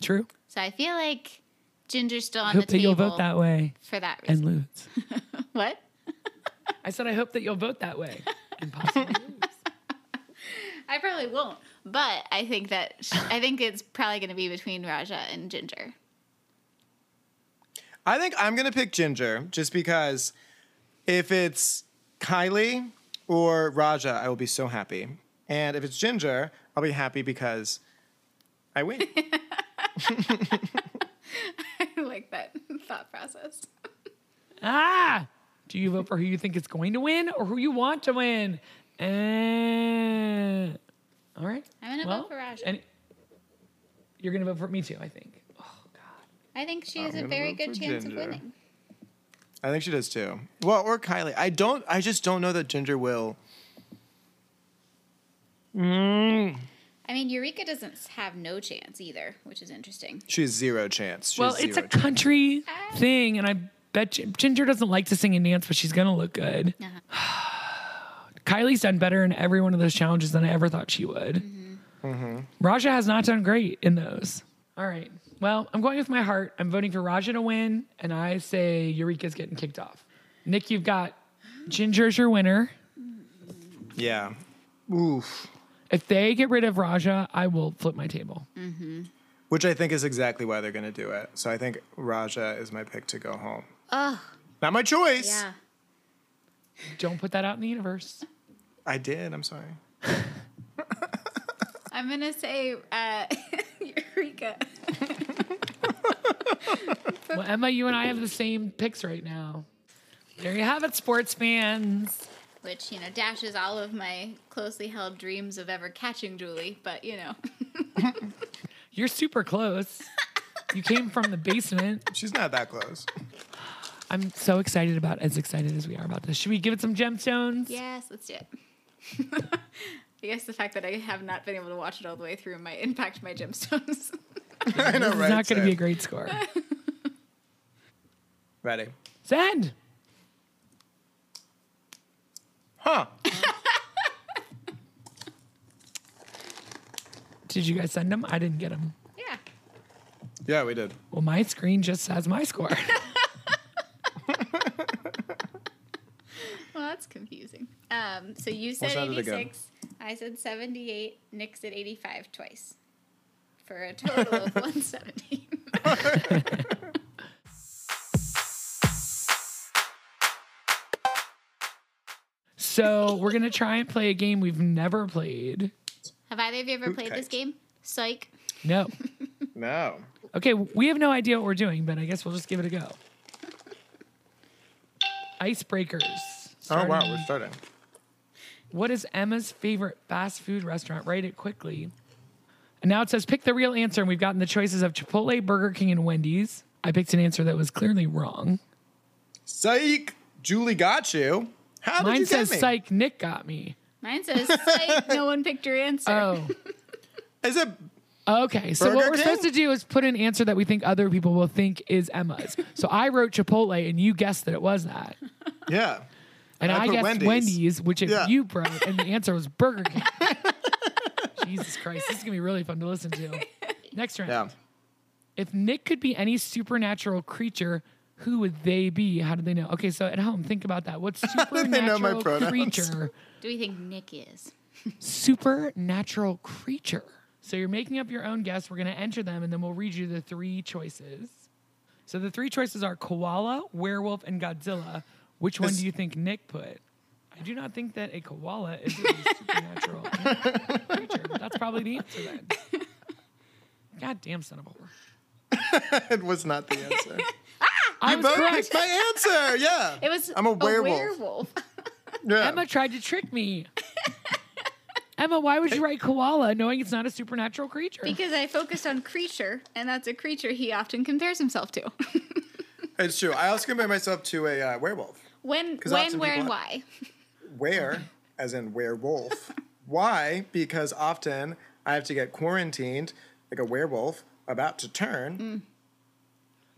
Speaker 3: True.
Speaker 4: So I feel like Ginger's still on
Speaker 3: Hope
Speaker 4: the
Speaker 3: that you'll
Speaker 4: table
Speaker 3: vote that way
Speaker 4: for that reason.
Speaker 3: and lose.
Speaker 4: what?
Speaker 3: I said, I hope that you'll vote that way. Impossible.
Speaker 4: I probably won't, but I think that I think it's probably going to be between Raja and Ginger.
Speaker 1: I think I'm going to pick Ginger just because if it's Kylie or Raja, I will be so happy. And if it's Ginger, I'll be happy because I win.
Speaker 4: I like that thought process.
Speaker 3: ah! Do you vote for who you think is going to win or who you want to win? Eh. all right.
Speaker 4: I'm gonna vote
Speaker 3: Well,
Speaker 4: for Raja.
Speaker 3: and- you're going to vote for me too, I think.
Speaker 4: I think she has
Speaker 1: I'm
Speaker 4: a
Speaker 1: gonna
Speaker 4: very
Speaker 1: vote
Speaker 4: good
Speaker 1: for
Speaker 4: chance
Speaker 1: Ginger.
Speaker 4: of winning.
Speaker 1: I think she does too. Well, or Kylie. I don't. I just don't know that Ginger will.
Speaker 4: I mean, Eureka doesn't have no chance either, which is interesting.
Speaker 1: She has zero chance. She
Speaker 3: Well,
Speaker 1: has
Speaker 3: it's a
Speaker 1: zero chance.
Speaker 3: country thing, and I bet Gin- Ginger doesn't like to sing and dance, but she's going to look good. Kylie's done better in every one of those challenges than I ever thought she would. Raja has not done great in those. All right. Well, I'm going with my heart. I'm voting for Raja to win, and I say Eureka's getting kicked off. Nick, you've got Ginger as your winner.
Speaker 1: yeah. Oof.
Speaker 3: If they get rid of Raja, I will flip my table.
Speaker 1: Which I think is exactly why they're going to do it. So I think Raja is my pick to go home.
Speaker 4: Oh,
Speaker 1: Not my choice.
Speaker 4: yeah.
Speaker 3: Don't put that out in the universe.
Speaker 1: I did. I'm sorry.
Speaker 4: I'm going to say uh, Eureka.
Speaker 3: Well, Emma, you and I have the same picks right now. There you have it, sports fans.
Speaker 4: Which, you know, dashes all of my closely held dreams of ever catching Julie, but, you know.
Speaker 3: You're super close. You came from the basement.
Speaker 1: She's not that close.
Speaker 3: I'm so excited about as excited as we are about this. Should we give it some gemstones?
Speaker 4: Yes, let's do it. I guess the fact that I have not been able to watch it all the way through might impact my gemstones.
Speaker 1: I know,
Speaker 3: This
Speaker 1: right?
Speaker 3: is not going to be a
Speaker 1: Same.
Speaker 3: great score.
Speaker 1: Ready.
Speaker 3: Send. Did you guys send them? I didn't get them.
Speaker 4: Yeah.
Speaker 1: Yeah, we did.
Speaker 3: Well, my screen just has my score.
Speaker 4: Well, that's confusing. Um, so you said
Speaker 1: sound it again?
Speaker 4: 86. I said 78. Nick said 85 twice. For a total of 170.
Speaker 3: so we're gonna try and play a game we've never played.
Speaker 4: Have either of you ever
Speaker 1: Hoot
Speaker 4: played this
Speaker 1: kite.
Speaker 4: game? Psych.
Speaker 3: No.
Speaker 1: No.
Speaker 3: Okay, we have no idea what we're doing, but I guess we'll just give it a go. Icebreakers.
Speaker 1: Oh wow,
Speaker 3: Starting-
Speaker 1: we're starting.
Speaker 3: What is Emma's favorite fast food restaurant? Write it quickly. And now it says pick the real answer, and we've gotten the choices of Chipotle, Burger King, and Wendy's. I picked an answer that was clearly wrong.
Speaker 1: Psych. Julie got you. How did
Speaker 3: Mine
Speaker 1: you
Speaker 3: says
Speaker 1: get me?
Speaker 3: psych, Nick got me.
Speaker 4: Mine says psych. no one picked your answer.
Speaker 3: Oh,
Speaker 1: Is it?
Speaker 3: okay. So what
Speaker 1: Burger
Speaker 3: we're
Speaker 1: King?
Speaker 3: supposed to do is put an answer that we think other people will think is Emma's. so I wrote Chipotle, and you guessed that it was that.
Speaker 1: Yeah.
Speaker 3: And
Speaker 1: I
Speaker 3: I,
Speaker 1: put
Speaker 3: guessed
Speaker 1: Wendy's.
Speaker 3: Wendy's, which it,
Speaker 1: Yeah.
Speaker 3: you wrote, and the answer was Burger King. Jesus Christ, this is gonna be really fun to listen to. Next round.
Speaker 1: Yeah.
Speaker 3: If Nick could be any supernatural creature, who would they be? How do they know? Okay, so at home, think about that. What
Speaker 1: do they know my
Speaker 3: supernatural
Speaker 1: pronouns?
Speaker 3: creature?
Speaker 4: Do we think Nick is?
Speaker 3: Supernatural creature. So you're making up your own guess. We're gonna enter them, and then we'll read you the three choices. So the three choices are koala, werewolf, and Godzilla. Which one
Speaker 1: Is-
Speaker 3: do you think Nick put? I do not think that a koala is a supernatural creature. That's probably the answer then. God damn son of a whore.
Speaker 1: It was not the answer.
Speaker 3: I was
Speaker 1: Both
Speaker 3: correct.
Speaker 1: picked my answer. Yeah.
Speaker 4: It was
Speaker 1: I'm a werewolf.
Speaker 4: werewolf.
Speaker 1: yeah.
Speaker 3: Emma tried to trick me. Emma, why would you write koala knowing it's not a supernatural creature?
Speaker 4: because I focused on creature, and that's a creature he often compares himself to.
Speaker 1: It's true. I also compare myself to a uh, werewolf.
Speaker 4: when,
Speaker 1: 'Cause often
Speaker 4: when, where, and
Speaker 1: people-
Speaker 4: why?
Speaker 1: Where, as in werewolf. Why? Because often I have to get quarantined like a werewolf about to turn.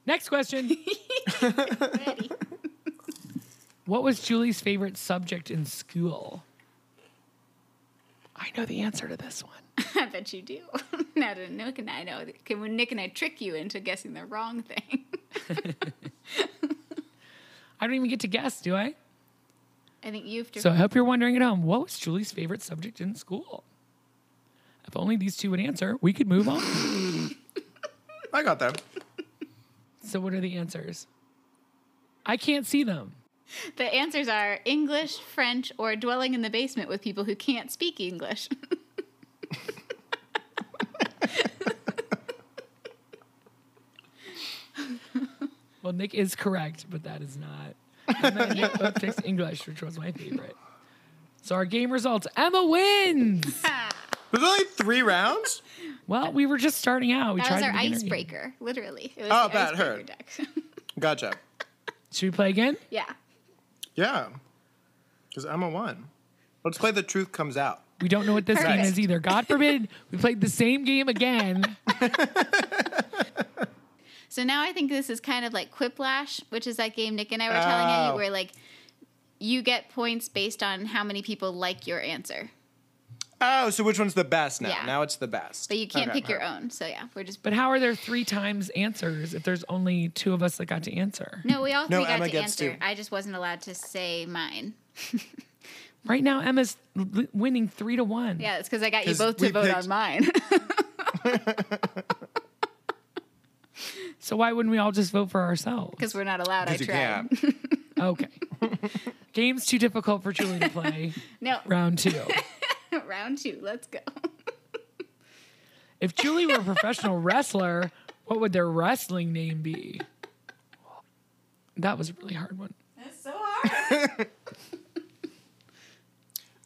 Speaker 3: Next question.
Speaker 4: Ready.
Speaker 3: What was Julie's favorite subject in school? I know the answer to this one.
Speaker 4: I bet you do. now that Nick and I know, can when Nick and I trick you into guessing the wrong thing?
Speaker 3: I don't even get to guess, do I?
Speaker 4: I think you have to.
Speaker 3: So I hope you're wondering at home, what was Julie's favorite subject in school? If only these two would answer, we could move on.
Speaker 1: I got there.
Speaker 3: so what are the answers? I can't see them.
Speaker 4: the answers are English, French, or dwelling in the basement with people who can't speak English.
Speaker 3: Well, Nick is correct, but that is not. Emma and Nick both picked English, which was my favorite. So our game results: Emma wins.
Speaker 1: There's only three rounds?
Speaker 3: Well, we were just starting out. We
Speaker 4: that
Speaker 3: tried
Speaker 4: was our
Speaker 3: the beginner game.
Speaker 4: icebreaker, literally. It was
Speaker 1: Oh,
Speaker 4: the
Speaker 1: that
Speaker 4: icebreaker
Speaker 1: hurt.
Speaker 4: deck.
Speaker 1: Gotcha.
Speaker 3: Should we play again?
Speaker 4: yeah.
Speaker 1: Yeah. Because Emma won. Let's play The Truth Comes Out.
Speaker 3: We don't know what this game
Speaker 4: Perfect.
Speaker 3: is either. God forbid we played the same game again.
Speaker 4: So now I think this is kind of like Quiplash, which is that game Nick and I were telling
Speaker 1: Oh.
Speaker 4: you, where like you get points based on how many people like your answer,
Speaker 1: Oh, so which one's the best now?
Speaker 4: Yeah.
Speaker 1: Now it's the best.
Speaker 4: but you can't
Speaker 1: Okay.
Speaker 4: pick your own. So yeah, we're just.
Speaker 3: But how are there three times answers if there's only two of us that got to answer?
Speaker 4: No, we all three
Speaker 1: No,
Speaker 4: got
Speaker 1: Emma
Speaker 4: to
Speaker 1: gets
Speaker 4: answer.
Speaker 1: two.
Speaker 4: I just wasn't allowed to say mine.
Speaker 3: Right now, Emma's l- winning three to one.
Speaker 4: Yeah, it's because I got you
Speaker 1: 'Cause
Speaker 4: both to
Speaker 1: we
Speaker 4: vote
Speaker 1: picked-
Speaker 4: on mine.
Speaker 3: So why wouldn't we all just vote for ourselves?
Speaker 4: Because we're not allowed. I
Speaker 1: Because you
Speaker 4: tried.
Speaker 1: can't.
Speaker 3: Okay. Game's too difficult for Julie to play.
Speaker 4: No,
Speaker 3: Round two.
Speaker 4: round two. Let's go.
Speaker 3: If Julie were a professional wrestler, what would their wrestling name be? That was a really hard one.
Speaker 4: That's so hard.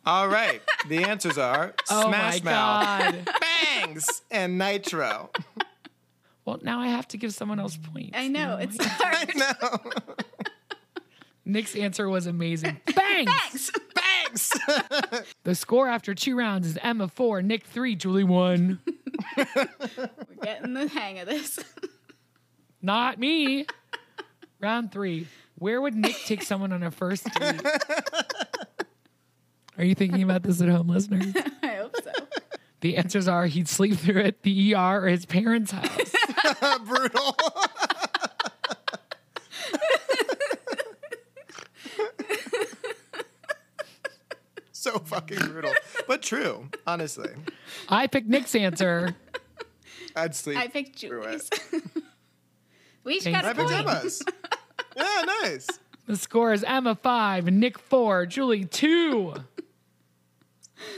Speaker 1: All right. The answers are
Speaker 3: Oh
Speaker 1: Smash
Speaker 3: my
Speaker 1: Mouth,
Speaker 3: god.
Speaker 1: Bangs, and Nitro.
Speaker 3: Well, now I have to give someone else points.
Speaker 4: I know
Speaker 3: Oh
Speaker 4: it's
Speaker 3: my-
Speaker 4: hard.
Speaker 1: No.
Speaker 3: Nick's answer was amazing. Bang!
Speaker 4: Thanks.
Speaker 1: Bangs.
Speaker 3: The score after two rounds is Emma four, Nick three, Julie one.
Speaker 4: We're getting the hang of this.
Speaker 3: Not me. Round three. Where would Nick take someone on a first date? Are you thinking about this at home, listeners?
Speaker 4: I hope so.
Speaker 3: The answers are he'd sleep through at the ER or his parents' house.
Speaker 1: Brutal. so fucking brutal, but true. Honestly,
Speaker 3: I picked Nick's answer.
Speaker 1: I'd sleep.
Speaker 4: I picked
Speaker 1: through it.
Speaker 4: Julie's. we each
Speaker 3: Thanks.
Speaker 4: got
Speaker 1: I
Speaker 4: a
Speaker 1: picked
Speaker 4: point.
Speaker 1: Emma's. Yeah, nice.
Speaker 3: The score is Emma five, Nick four, Julie two.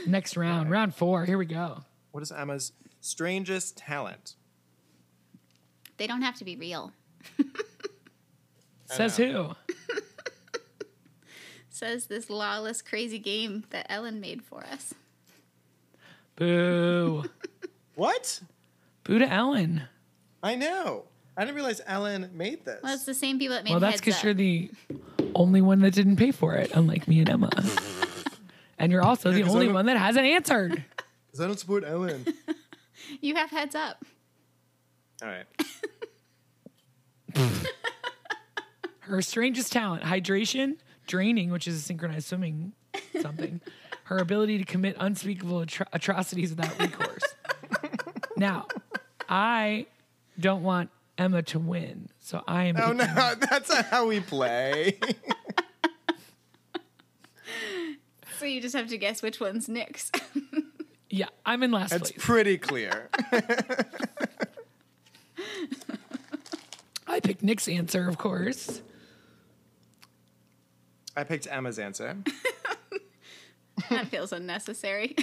Speaker 3: Next round, round four. Here we go.
Speaker 1: What is Emma's strangest talent?
Speaker 4: They don't have to be real.
Speaker 3: Says who?
Speaker 4: Says this lawless, crazy game that Ellen made for us.
Speaker 3: Boo.
Speaker 1: What?
Speaker 3: Boo to Ellen.
Speaker 1: I know. I didn't realize Ellen made this.
Speaker 4: Well, it's the same people that made
Speaker 3: Well, that's
Speaker 4: Heads
Speaker 3: because
Speaker 4: Up.
Speaker 3: you're the only one that didn't pay for it, unlike me and Emma. and you're also the
Speaker 1: 'cause I
Speaker 3: only
Speaker 1: don't-
Speaker 3: one that hasn't answered.
Speaker 1: Because I don't support Ellen.
Speaker 4: You have Heads Up.
Speaker 1: All right.
Speaker 3: Her strangest talent hydration, draining, which is a synchronized swimming something, her ability to commit unspeakable atro- atrocities without recourse. now, I don't want Emma to win, so I am.
Speaker 1: Oh no, that's not how we play.
Speaker 4: So you just have to guess which one's Nick's.
Speaker 3: Yeah, I'm in last
Speaker 1: That's
Speaker 3: place.
Speaker 1: pretty clear.
Speaker 3: I picked Nick's answer, of course.
Speaker 1: I picked Emma's answer.
Speaker 4: that feels unnecessary.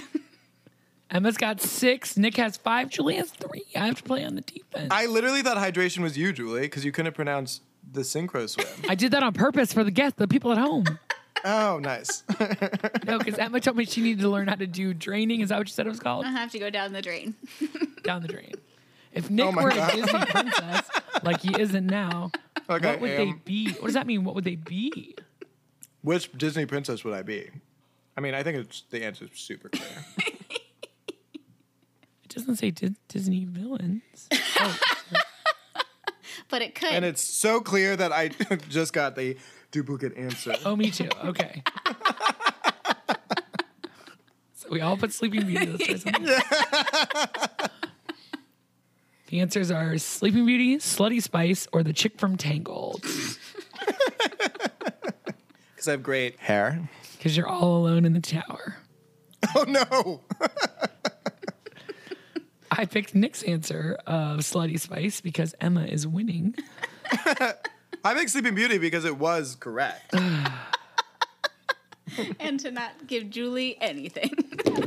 Speaker 3: Emma's got six. Nick has five. Julie has three. I have to play on the defense.
Speaker 1: I literally thought hydration was you, Julie, because you couldn't pronounce the synchro swim.
Speaker 3: I did that on purpose for the guests, the people at home.
Speaker 1: oh, nice.
Speaker 3: No, because Emma told me she needed to learn how to do draining. Is that what you said it was called?
Speaker 4: I'll have to go down the drain.
Speaker 3: Down the drain. If Nick
Speaker 1: Oh my
Speaker 3: were
Speaker 1: God.
Speaker 3: a Disney princess, like he isn't now,
Speaker 1: Like I
Speaker 3: what would they
Speaker 1: am.
Speaker 3: be? What does that mean? What would they be?
Speaker 1: um, Which Disney princess would I be? I mean, I think it's the answer's super clear.
Speaker 3: It doesn't say Di- Disney villains.
Speaker 4: But it could.
Speaker 1: and it's so clear that I just got the duplicate answer.
Speaker 3: Oh, me too. Okay. so we all put Sleeping Beauty. Let's try something. the answers are Sleeping Beauty, Slutty Spice, or the chick from Tangled.
Speaker 1: Because I have great hair.
Speaker 3: Because you're all alone in the tower.
Speaker 1: Oh no.
Speaker 3: I picked Nick's answer of Slutty Spice because Emma is winning.
Speaker 1: I picked Sleeping Beauty because it was correct.
Speaker 4: and to not give Julie anything.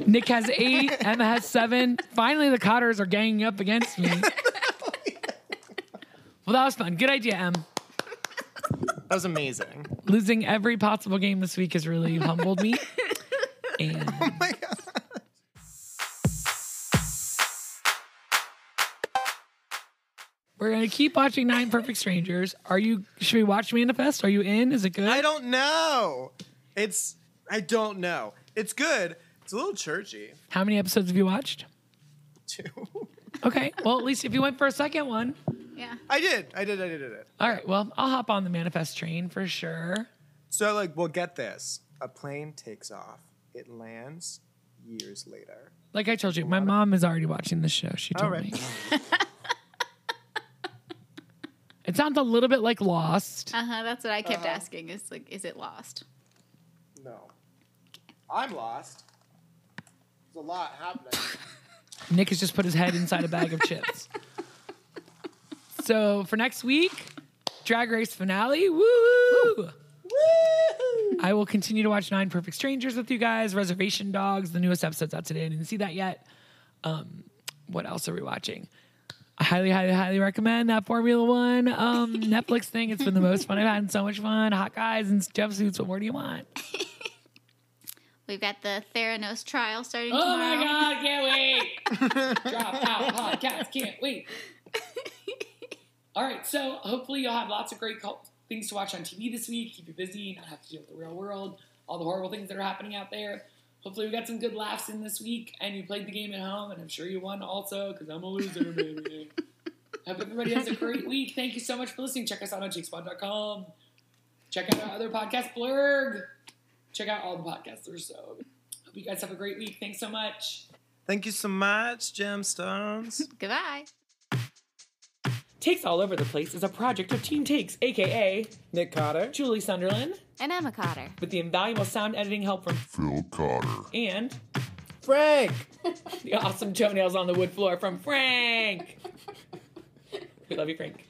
Speaker 3: Nick has eight, Emma has seven. Finally, the Cotters are ganging up against me. Well, that was fun. Good idea, Em.
Speaker 1: That was amazing.
Speaker 3: Losing every possible game this week has really humbled me. And we're gonna keep watching Nine Perfect Strangers. Are you? Should we watch Manifest? Are you in? Is it good?
Speaker 1: I don't know. It's I don't know. It's good. It's a little churchy
Speaker 3: How many episodes have you watched?
Speaker 1: too.
Speaker 3: Okay. Well, at least if you went for a second one.
Speaker 4: Yeah.
Speaker 1: I did. I did. I did. I did.
Speaker 3: All right. Well, I'll hop on the Manifest train for sure.
Speaker 1: So like, we'll get this. A plane takes off. It lands years later.
Speaker 3: Like I told you, my mom is already watching the show. She told
Speaker 1: All right.
Speaker 3: me. It sounds a little bit like Lost.
Speaker 4: Uh huh. That's what I kept asking. Is like, is it lost?
Speaker 1: No. I'm lost. There's a lot happening.
Speaker 3: Nick has just put his head inside a bag of chips. So for next week, Drag Race finale. Woo! I will continue to watch Nine Perfect Strangers with you guys. Reservation Dogs, the newest episode's out today. I didn't see that yet. Um, what else are we watching? I highly, highly, highly recommend that Formula One um, Netflix thing. It's been the most fun I've had. So much fun. Hot guys and jumpsuits. What more do you want?
Speaker 4: We've got the Theranos trial starting
Speaker 3: Oh
Speaker 4: tomorrow.
Speaker 3: my god, can't wait. Drop out podcast, can't wait. All right, so hopefully you'll have lots of great cult- things to watch on TV this week. Keep you busy, not have to deal with the real world, all the horrible things that are happening out there. Hopefully we got some good laughs in this week, and you played the game at home, and I'm sure you won also, because I'm a loser, baby. Hope everybody has a great week. Thank you so much for listening. Check us out on jakespod.com. Check out our other podcast, Blurg. Check out all the podcasts. There's so Hope you guys have a great week. Thanks so much.
Speaker 1: Thank you so much, gemstones.
Speaker 5: Goodbye.
Speaker 3: Takes All Over the Place is a project of Team Takes, aka
Speaker 1: Nick Cotter.
Speaker 3: Julie Sunderland,
Speaker 4: And Emma Cotter.
Speaker 3: with the invaluable sound editing help from
Speaker 6: Phil Cotter.
Speaker 3: and
Speaker 1: Frank.
Speaker 3: the awesome toenails on the wood floor from Frank. we love you, Frank.